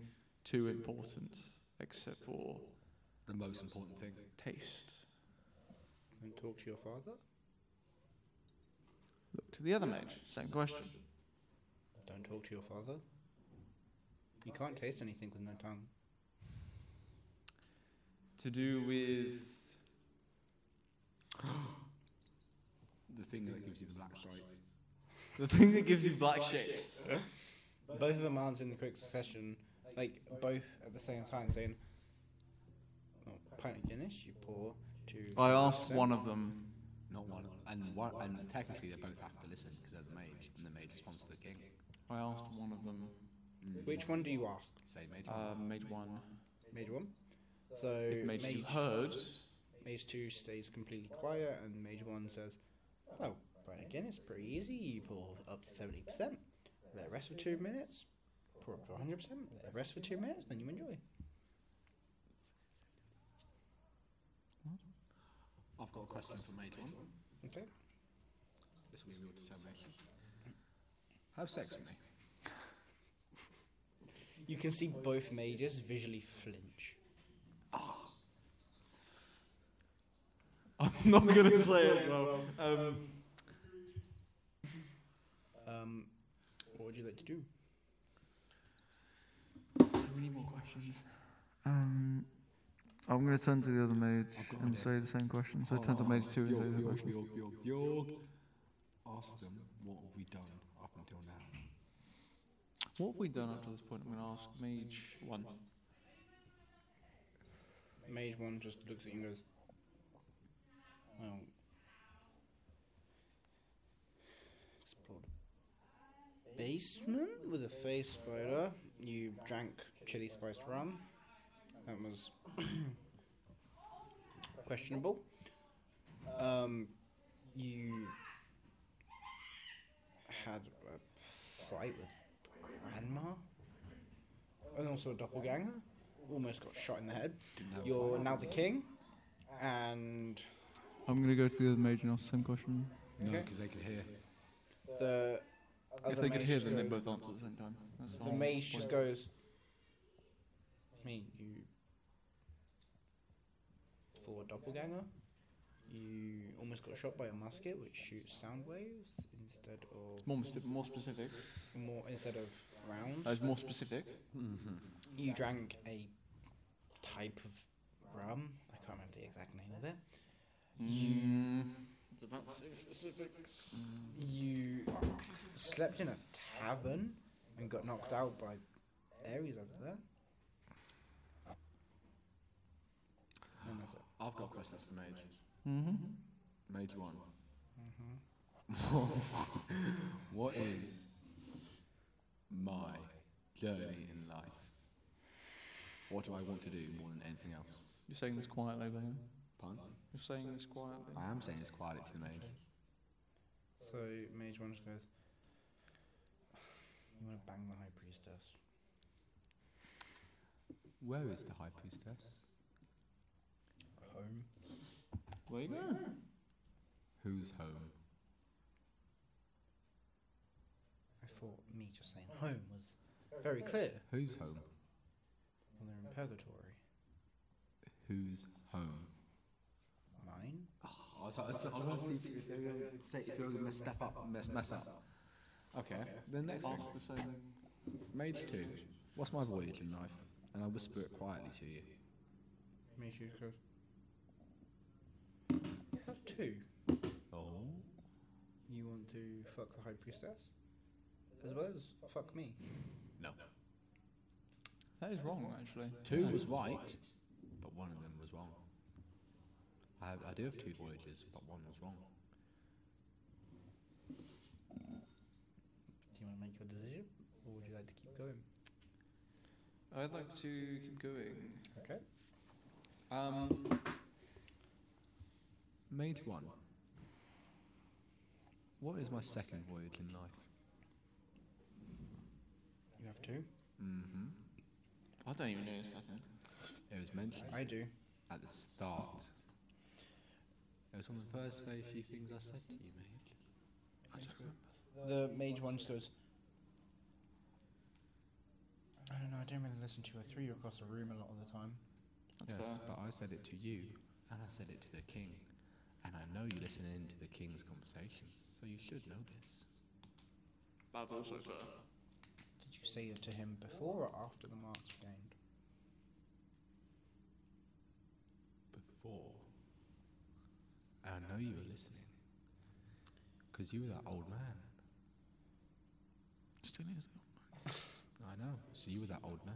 too important except for The most important thing. taste. Don't talk to your father. Look to the other mage. Same question. Don't talk to your father. You can't taste anything with no tongue. To do with The thing that gives you the black stripes. the thing that gives you black shit. Both of them answer in the quick succession, like both at the same time, saying, oh, "Pint of Guinness, you pour to." I asked one of them. Not one. And, one, and technically they both have to listen because they're the mage, and the mage responds to the king. I asked one of them. Which one do you ask? Say Mage 1. Uh, mage one. Mage one. So If mage, two heard. Mage two stays completely quiet, and Mage one says, "Well, pint of Guinness, pretty easy. You pour up to seventy percent. Let it rest for two minutes. Pour up to one hundred percent. Let it rest for two minutes, then you enjoy." I've got a question for Mage 1. Okay. This will be your determination. Have sex with me. You can see both mages visually flinch. I'm not gonna say it as well. Um, Um, what would you like to do? we need more questions. Um, I'm gonna turn to the other mage Oh, and say the same question. So I turn to mage uh, two and say the same question. Ask them what have we done up until now. What have we done up to this point? I'm gonna ask mage one. Mage one just looks at you and goes, "Well, explored basement with a face spider. You drank chili spiced rum. That was *coughs* questionable. Um, you had a fight with grandma, and also a doppelganger. Almost got shot in the head. You're now the king, and I'm gonna go to the other mage and ask the same question. No, Okay. because they could hear. the if other they could mage hear, then they goes- both answer at the same time. That's The whole mage just point. goes, "Me, you for a doppelganger? You almost got shot by a musket, which shoots sound waves instead of More, mys- more specific. more instead of rounds. That's more specific. You drank a type of rum. I can't remember the exact name of it. Mm. You slept in a tavern and got knocked out by Ares over there." And that's it. I've got a question for the mage. Mage one. Mhm. what is my journey in life? What do I want to do more than anything else? You're saying this quietly, Liam. Pardon? You're saying this quietly. I am saying this quietly to the mage. So Mage One just goes, "You want to bang the High Priestess? Where is the high priestess? Home? There you go. Who's home? I thought me just saying home was very clear. Who's home? Well, they're in purgatory. Who's home? Mine? I was, I was, I was to see if they were gonna say if they were gonna mess step up, mess, mess up. Okay. The next thing, Ask the same. mage two. What's my voyage in life? And I whisper it quietly to you. Mage One just goes, "You have two. Oh. You want to fuck the High Priestess, as well as fuck me? No. That is wrong, actually. Two was right, but one of them was wrong. I have, I do have two voyages, but one was wrong. Do you want to make your decision, or would you like to keep going? I'd like to keep going. Okay. Um, Mage one. What is my second voyage in life? You have two. Mm-hmm. I don't even know this, I think. It was mentioned I do. at the start. It was one of the first very few things I said to you, mate. The mage one just goes. I don't know. I don't really listen to you. I threw you across the room a lot of the time. That's yes, fair. but I said it to you, and I said it to the king, and I know you listen in to the king's conversations, so you should know this. That's also fair. Did you say it to him before or after the marks were gained? Before, I know you were listening, because you were that old man. Still is. *laughs* I know. So you were that old man.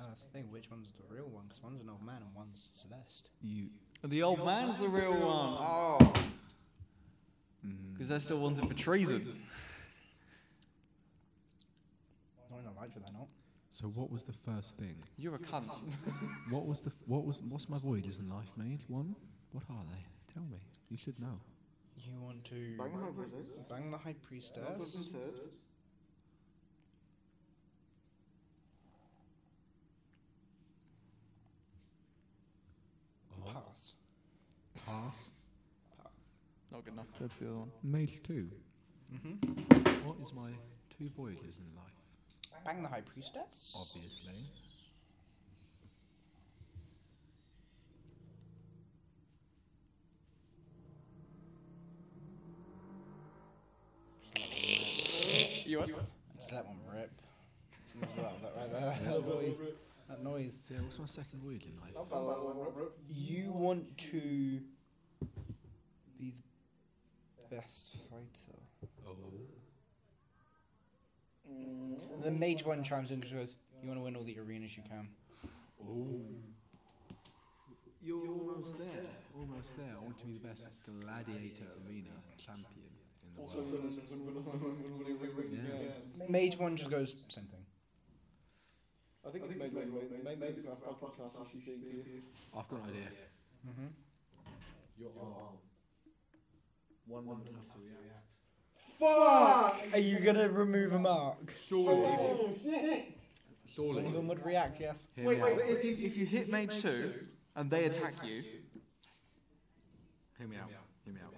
Oh, that's the thing. Which one's the real one? Because one's an old man and one's Celeste. You. The old man's the real one. Oh. Because they're still wanted for treason. No, I'm not right for that. Not. So what was the first thing? You're a cunt. What was the? f- What was? What's my voyages in life, mate? One. What are they? Tell me. You should know. You want to Bang my wizard. bang the high priestess? Pass. Pass. Pass. Not good enough. Go for the other one. Mage two. Mm-hmm. What is my two voyages in life? Bang the high priestess. Obviously. You what? Just let one rip. As well, that right there. *laughs* that noise. That noise. So yeah, what's my second voyage in life? You want to be the best fighter. Oh. And the mage one chimes in and goes, "You want to win all the arenas you can." You're almost there. Almost there. I want to be the best gladiator arena champion in in the Also, world. when there's- when- when- when- when- when- when- when- Yeah. again. Mage one just goes same thing. I think it's made made made my fucking sassy thing to you. I've got an idea. Mm-hmm. Your arm. One would have to react. Are you gonna remove a mark? Surely. One of them Surely. would react. Yes. Hear me out. if, if, if you hit mage two and they attack you, Hear me out. Hear me out.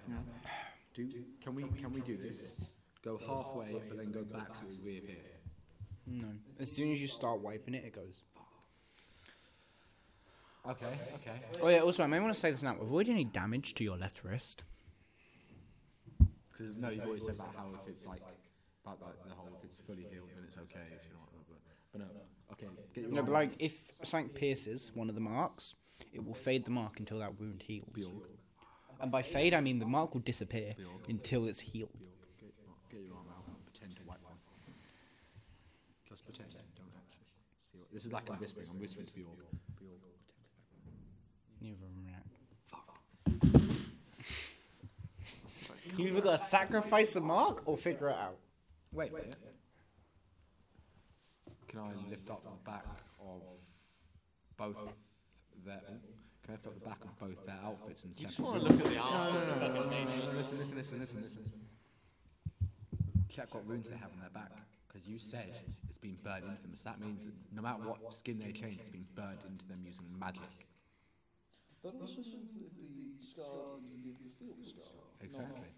Do can we can we do this? Go halfway, but then go back so we reappear. No. As soon as you start wiping it, it goes. Okay. Okay. Oh yeah. Also, I may want to say this now. Avoid any damage to your left wrist. Because no, you've always said about how if it's like about the, the whole if it's fully healed then it's okay if you don't. But, but no. Okay. Get your No, arm but like if something pierces one of the marks, it will fade the mark until that wound heals. Bjorg. And by fade, I mean the mark will disappear Bjorg. until it's healed. Bjorg. Get, get your arm out. and Pretend to wipe one. Just pretend. Don't actually. See what, this is like I'm whispering. I'm whispering to Bjorg. Bjorg. Neither of them react. *laughs* You either gotta sacrifice a mark or figure it out. Wait. wait. Can I lift up the back of both their? Can I lift up the back of both their outfits and? you check just what- want to look at the arse. Listen, listen, listen, listen, listen. Check what wounds they have on their back. Because you said it's been burned into them. So that means that no matter what skin they change, it's been burned into them using magic. That also means that the scar you need to feel the scar. Exactly.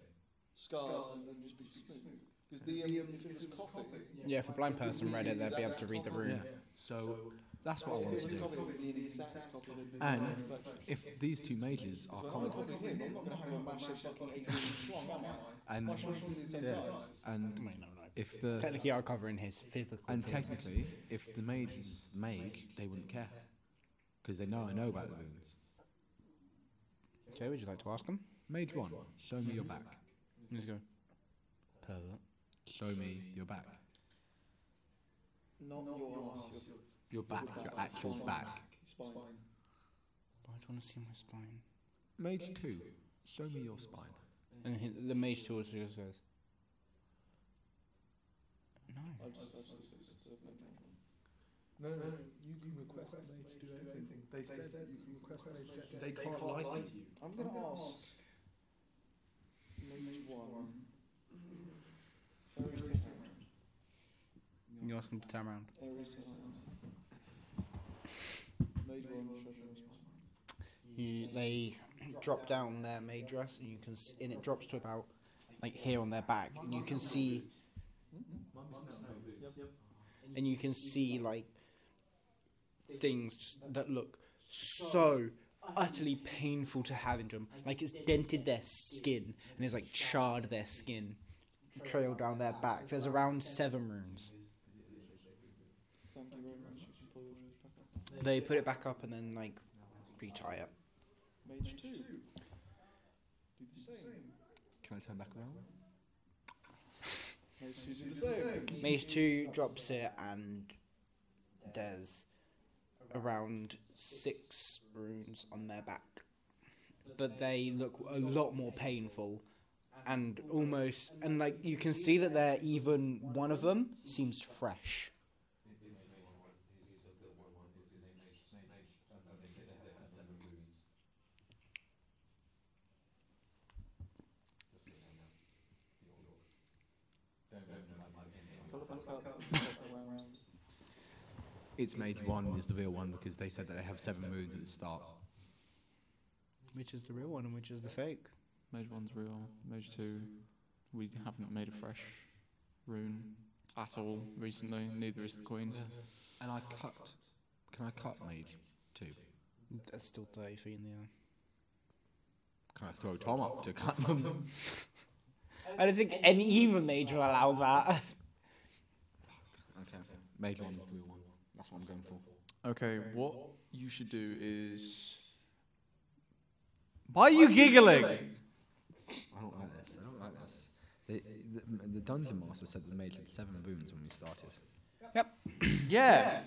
Scar and then just be smooth. Because the um, if it was copy, Yeah, if a blind person read it, they'd be able to read the room. Yeah. So that's what I want if it to was do. copy, it would be an exact copy. it'd be And perfect. If these two mages are If I comic copy him, I'm not going to have a massive fucking 18 strong, am I? and My strong's going to be the same yeah, size. and Wait, no, no. if the Technically, I'm covering his physical. and thing. technically if the mage is mage, they wouldn't care because they know I know about the wounds. okay, would you like to ask him? Mage one, show me your back. Let's go. Pervert. Show me your back. Not your ass, your Your back, your actual back. spine. But I don't want to see my spine. Mage two, show me your spine. And he, the mage towards you goes. No. I just, I just, no, no, you can request them to do anything. They said that you can request them to They can't lie to you. I'm going to ask Mage 1. Aries turn around. You ask him to turn around. Aries turn around. Mage 1, show me your spine. You, they drop down their maid dress, and you can, s- and it drops to about like here on their back, and you can see, and you can see like things just that look so utterly painful to have into them. Like it's dented their skin, and it's like charred their skin, trail down their back. There's around seven rooms. Thank you very much. You can pull your dress back up. They put it back up and then like retie it. Mage 2. Do the same. Can I turn back around? Mage 2 do the same. Mage 2 drops it, and there's around six runes on their back. But they look a lot more painful, and almost, and like you can see that they're even one of them seems fresh. Pull it back up. and pop it around. It's mage one is the real one because they said that they have seven wounds at the start. Which is the real one and which is the fake? Mage one's real. Mage two, we have not made a fresh rune at all recently. Neither is the queen. And I cut. Can I cut mage two? That's still 30 feet in the air. Can I throw Tom up to *laughs* cut them? I don't think any even mage will allow that. okay. Mage one is the real one. That's what I'm going for. Okay, what you should do is. Why are you giggling? I don't like this. I don't like this. The, the, the dungeon master said that the mage had seven wounds when we started. Yeah.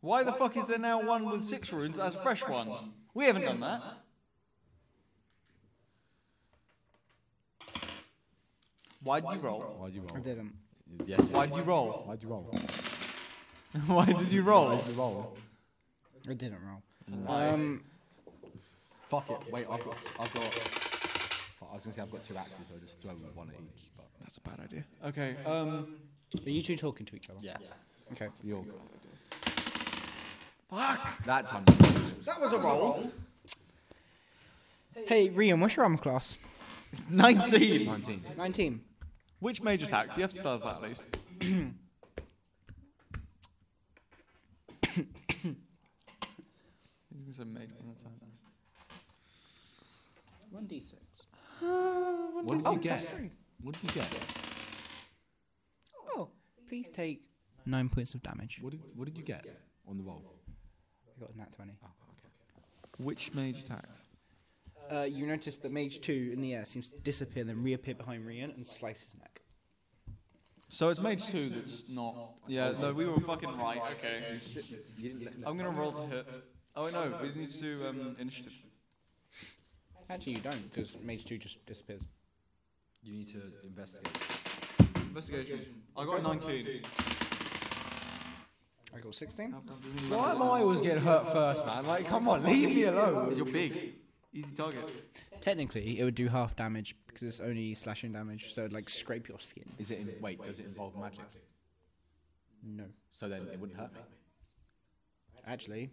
Why the fuck is there now one with six runes as a fresh one? We haven't done that. Why'd you roll? Why'd you I roll? didn't. Yes. Why'd you roll? Why'd you roll? *laughs* Why did you roll? Why'd you roll? I didn't roll. Um, Fuck it. Wait, I've got. I've got. fuck, I was gonna say I've got two axes. so I'll just throw one at each. But That's a bad idea. Okay. Um. are you two talking to each other? yeah. Okay. You're Fuck. that time. That was a roll. Hey, Rian, what's your armor class? Nineteen. Nineteen. 19. Which major tax? You have to start us that at least. He's gonna say major tax. 1d6. What did you get? What did you get? Oh, please take 9 points of damage. What did What did you get on the roll? I got a nat 20. Which major tax? Uh, you notice that Mage 2 in the air seems to disappear, then reappear behind Rian and slice his neck. So it's mage two that's not. Yeah, no, we were fucking right. Okay. I'm gonna roll to hit. Oh wait, no, we need to do um, initiative. Actually, you don't, because Mage 2 just disappears. You need to investigate. Investigation. I got a 19. I got 16. Why am I always getting hurt first, man? Like, come on, leave me alone. You're big. Easy target. Technically, it would do half damage, because it's only slashing damage, so it'd, like, scrape your skin. Is it? In, wait, does it involve magic? No. So then it wouldn't hurt me. Actually,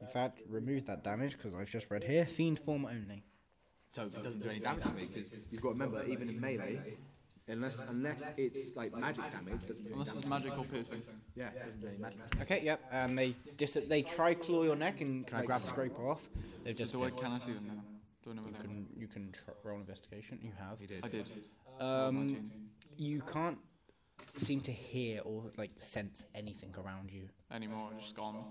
in fact, remove that damage, because I've just read here, Fiend form only. So it doesn't do any damage to me because you've got to remember, even in melee, unless unless it's like magic damage, doesn't do any Unless damage. it's magic or piercing. Yeah, it doesn't do any magic. Okay, yep. Um, they dis- they try claw your neck and like, grab them? scrape off. They've just So I, can I see them now? Do I know where you they can you can tr- roll investigation. You have. He did. are? I did. Um, you can't seem to hear or like sense anything around you. Anymore, just gone.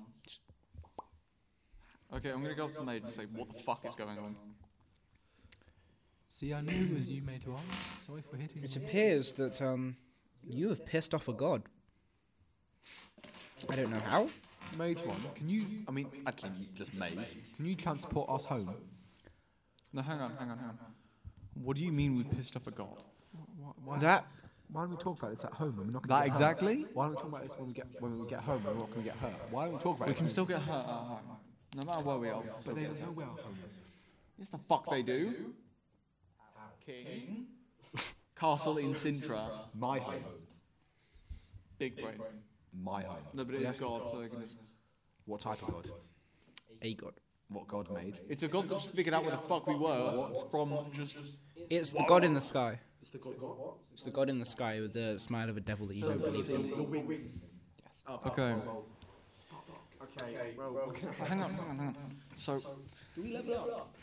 Okay, I'm gonna go up to the maid and say, what the fuck is going on? See, I knew it was you, made one. Sorry for hitting It appears that um, you have pissed off a god. I don't know how. Mage one. Can you? I mean, actually, you just mage. Can you transport us home? No, hang on, hang on, hang on. What do you mean we pissed off a god? Why, That why don't we talk about this at home? and We're not gonna That get hurt? exactly? Why don't we talk about this when we get when we get home? and We're not gonna get hurt. Why don't we talk about We it? can still get hurt at home. No matter where we are. we'll still But they get don't know hurt. where our home is. Yes, the fuck they do. King. *laughs* Castle in Sintra. My home. Big brain. My home. No, but it is god, so they can just. What type of god? a god. What god made? It's a god that's figured out where the fuck we were from just. It's the god in the sky. It's the god in the sky with the smile of a devil that you don't believe in. Okay. Okay, well, well, *laughs* Hang on, hang on, hang on. So. Do we level up?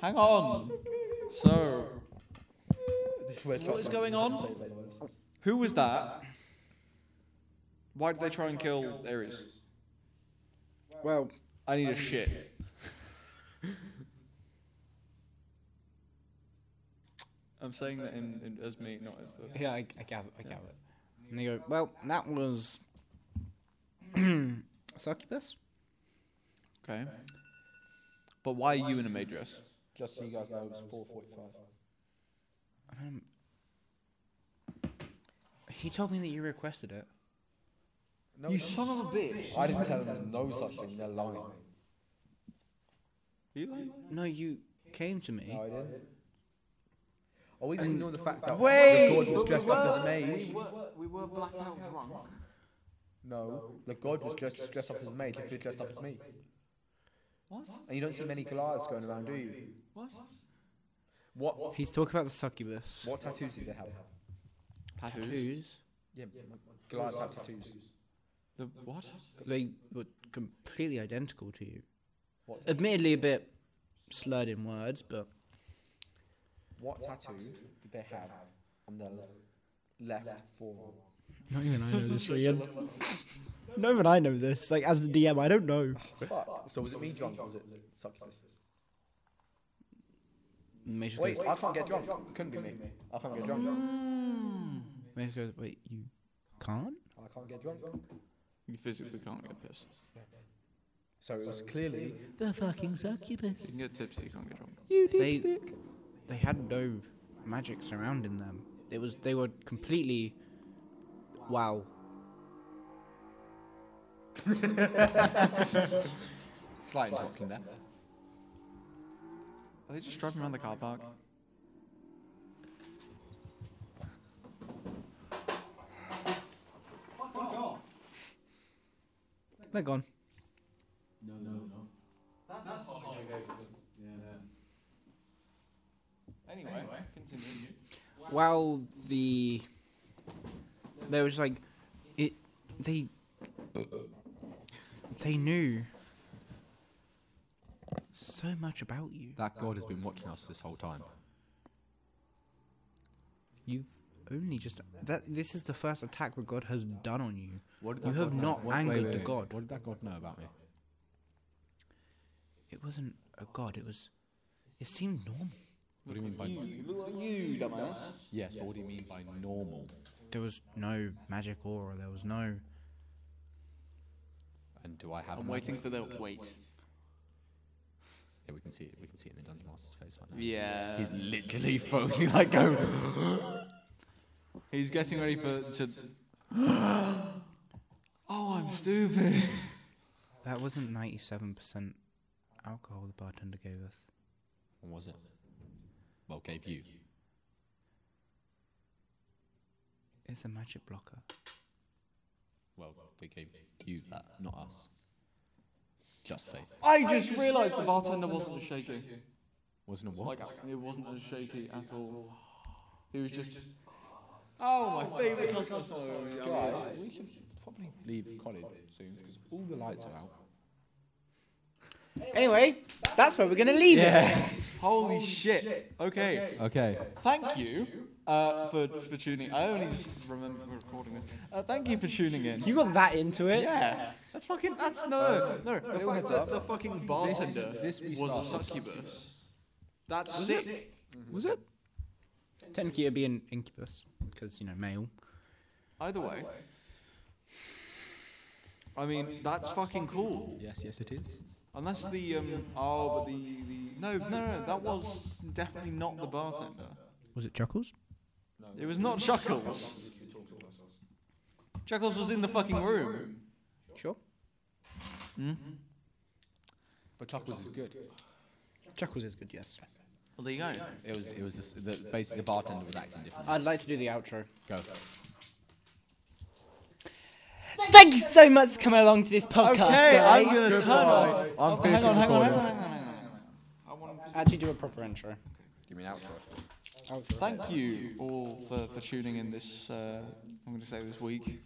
Hang on. So, what is going on? Who was that? Why did they try and kill Ares? Well, I need a shit. *laughs* I'm saying that in, in, as me, not as the. Yeah, I, I gather. I gather. And they go, well, that was *clears throat* succubus. Okay. But why are you in a maid dress? Just so you guys know, it's 445. Um, he told me that you requested it. You son of a bitch. I didn't tell them no such thing, they're lying. Are you like? No, you came to me. No, I didn't. Are we just ignoring the fact that Wait, the god was but we dressed up as a were- maid? We were blackout drunk. No, the god was dressed, dressed up as a maid, he could be dressed up as me. What? And you don't see many Goliaths going around, do you? What? What He's talking about the succubus. what tattoos did they have? Tattoos. Tattoos. Yeah, Goliaths have tattoos. The what? They were completely identical to you. What? Admittedly, a bit slurred in words, but What tattoo did they have on their left forearm? not even I know *laughs* this, *laughs* Rian. Not even I know this. Like as the DM, I don't know. Oh, Fuck. So was it me drunk or was it success? Major Wait, goes, I can't get drunk. Couldn't be me. I can't get drunk. Major goes, Hmm. wait, you can't? I can't get drunk. You physically can't get pissed. So it was clearly the fucking succubus. You can get tipsy, you can't get drunk. You did they, They had no magic surrounding them. It was they were completely wow. Slight talking there. Are they just driving around the car park? They're gone. Anyway, continue. While the there was like it they they knew so much about you. That god has been watching us this whole time. You've only just that this is the first attack the god has done on you. What You have not angered the god. What did that god know about me? It wasn't a god, it was it seemed normal. What do you mean by You look like you, dumbass. yes? But what do you mean by normal? There was no magic aura, there was no And do I have? a I'm magic- waiting for the wait. Yeah, we can see it. We can see it in the dungeon master's face right now. Yeah. He's literally focusing like go. He's getting ready for *gasps* to. oh, I'm stupid. That wasn't 97% alcohol the bartender gave us. What was it? Well, gave you. It's a magic blocker. Well, they gave you that, not us. Just say. I just realised the bartender wasn't shaking. Wasn't a what? Like it wasn't as shaky at all. He was just. Oh, my favourite customer. Oh, we should probably leave college soon because all the lights are out. Anyway, that's where we're going to leave it. Holy shit. Okay. Okay. Thank you uh, for for tuning. I only just remember recording this. Uh, thank you for tuning in. You got that into it. Yeah. That's fucking. That's no. No. The Little fact heads that up. the fucking bartender this we was a started. succubus. That's sick. Was it? Technically, it'd be an incubus because, you know, male. Either way. I mean, that's fucking cool. Yes, yes, it is. Unless the um oh, but the the no no no that was definitely not the bartender. Was it Chuckles? It was not Chuckles. Chuckles was in the fucking room. Sure. But Chuckles is good. Chuckles is good, yes. Well, there you go. It was. It was this, the basically the bartender was acting differently. I'd like to do the outro. Go. Thank you so much for coming along to this podcast. Okay, I'm guys. gonna turn off. Oh, I'm Hang on, hang on, hang on, hang on, recording. hang on, hang on. Actually, do a proper intro. Give me an outro. Thank you all for, for tuning in this. Uh, I'm going to say this week.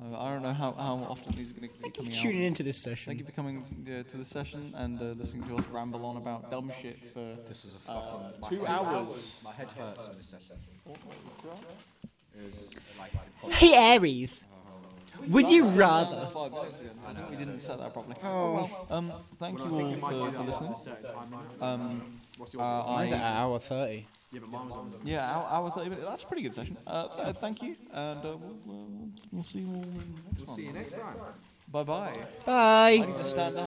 Uh, I don't know how, how often these are going to be Thank you coming for out. tuning into this session. Thank you for coming uh, to the session and uh, listening to us ramble on about dumb shit for This was a uh, fucking. my two head- hours. My head hurts from this session. It was like. Hey Aries, would you rather? Five minutes ago. I think We didn't set that properly. Oh, well. Um, thank you all for, for listening. Um, uh, I, hour thirty? yeah, hour, hour 30 minutes. That's a pretty good session. Uh, th- uh, thank you, and uh, we'll, we'll, we'll see you all in the next one. See you next time. Bye bye. Bye. Stand up.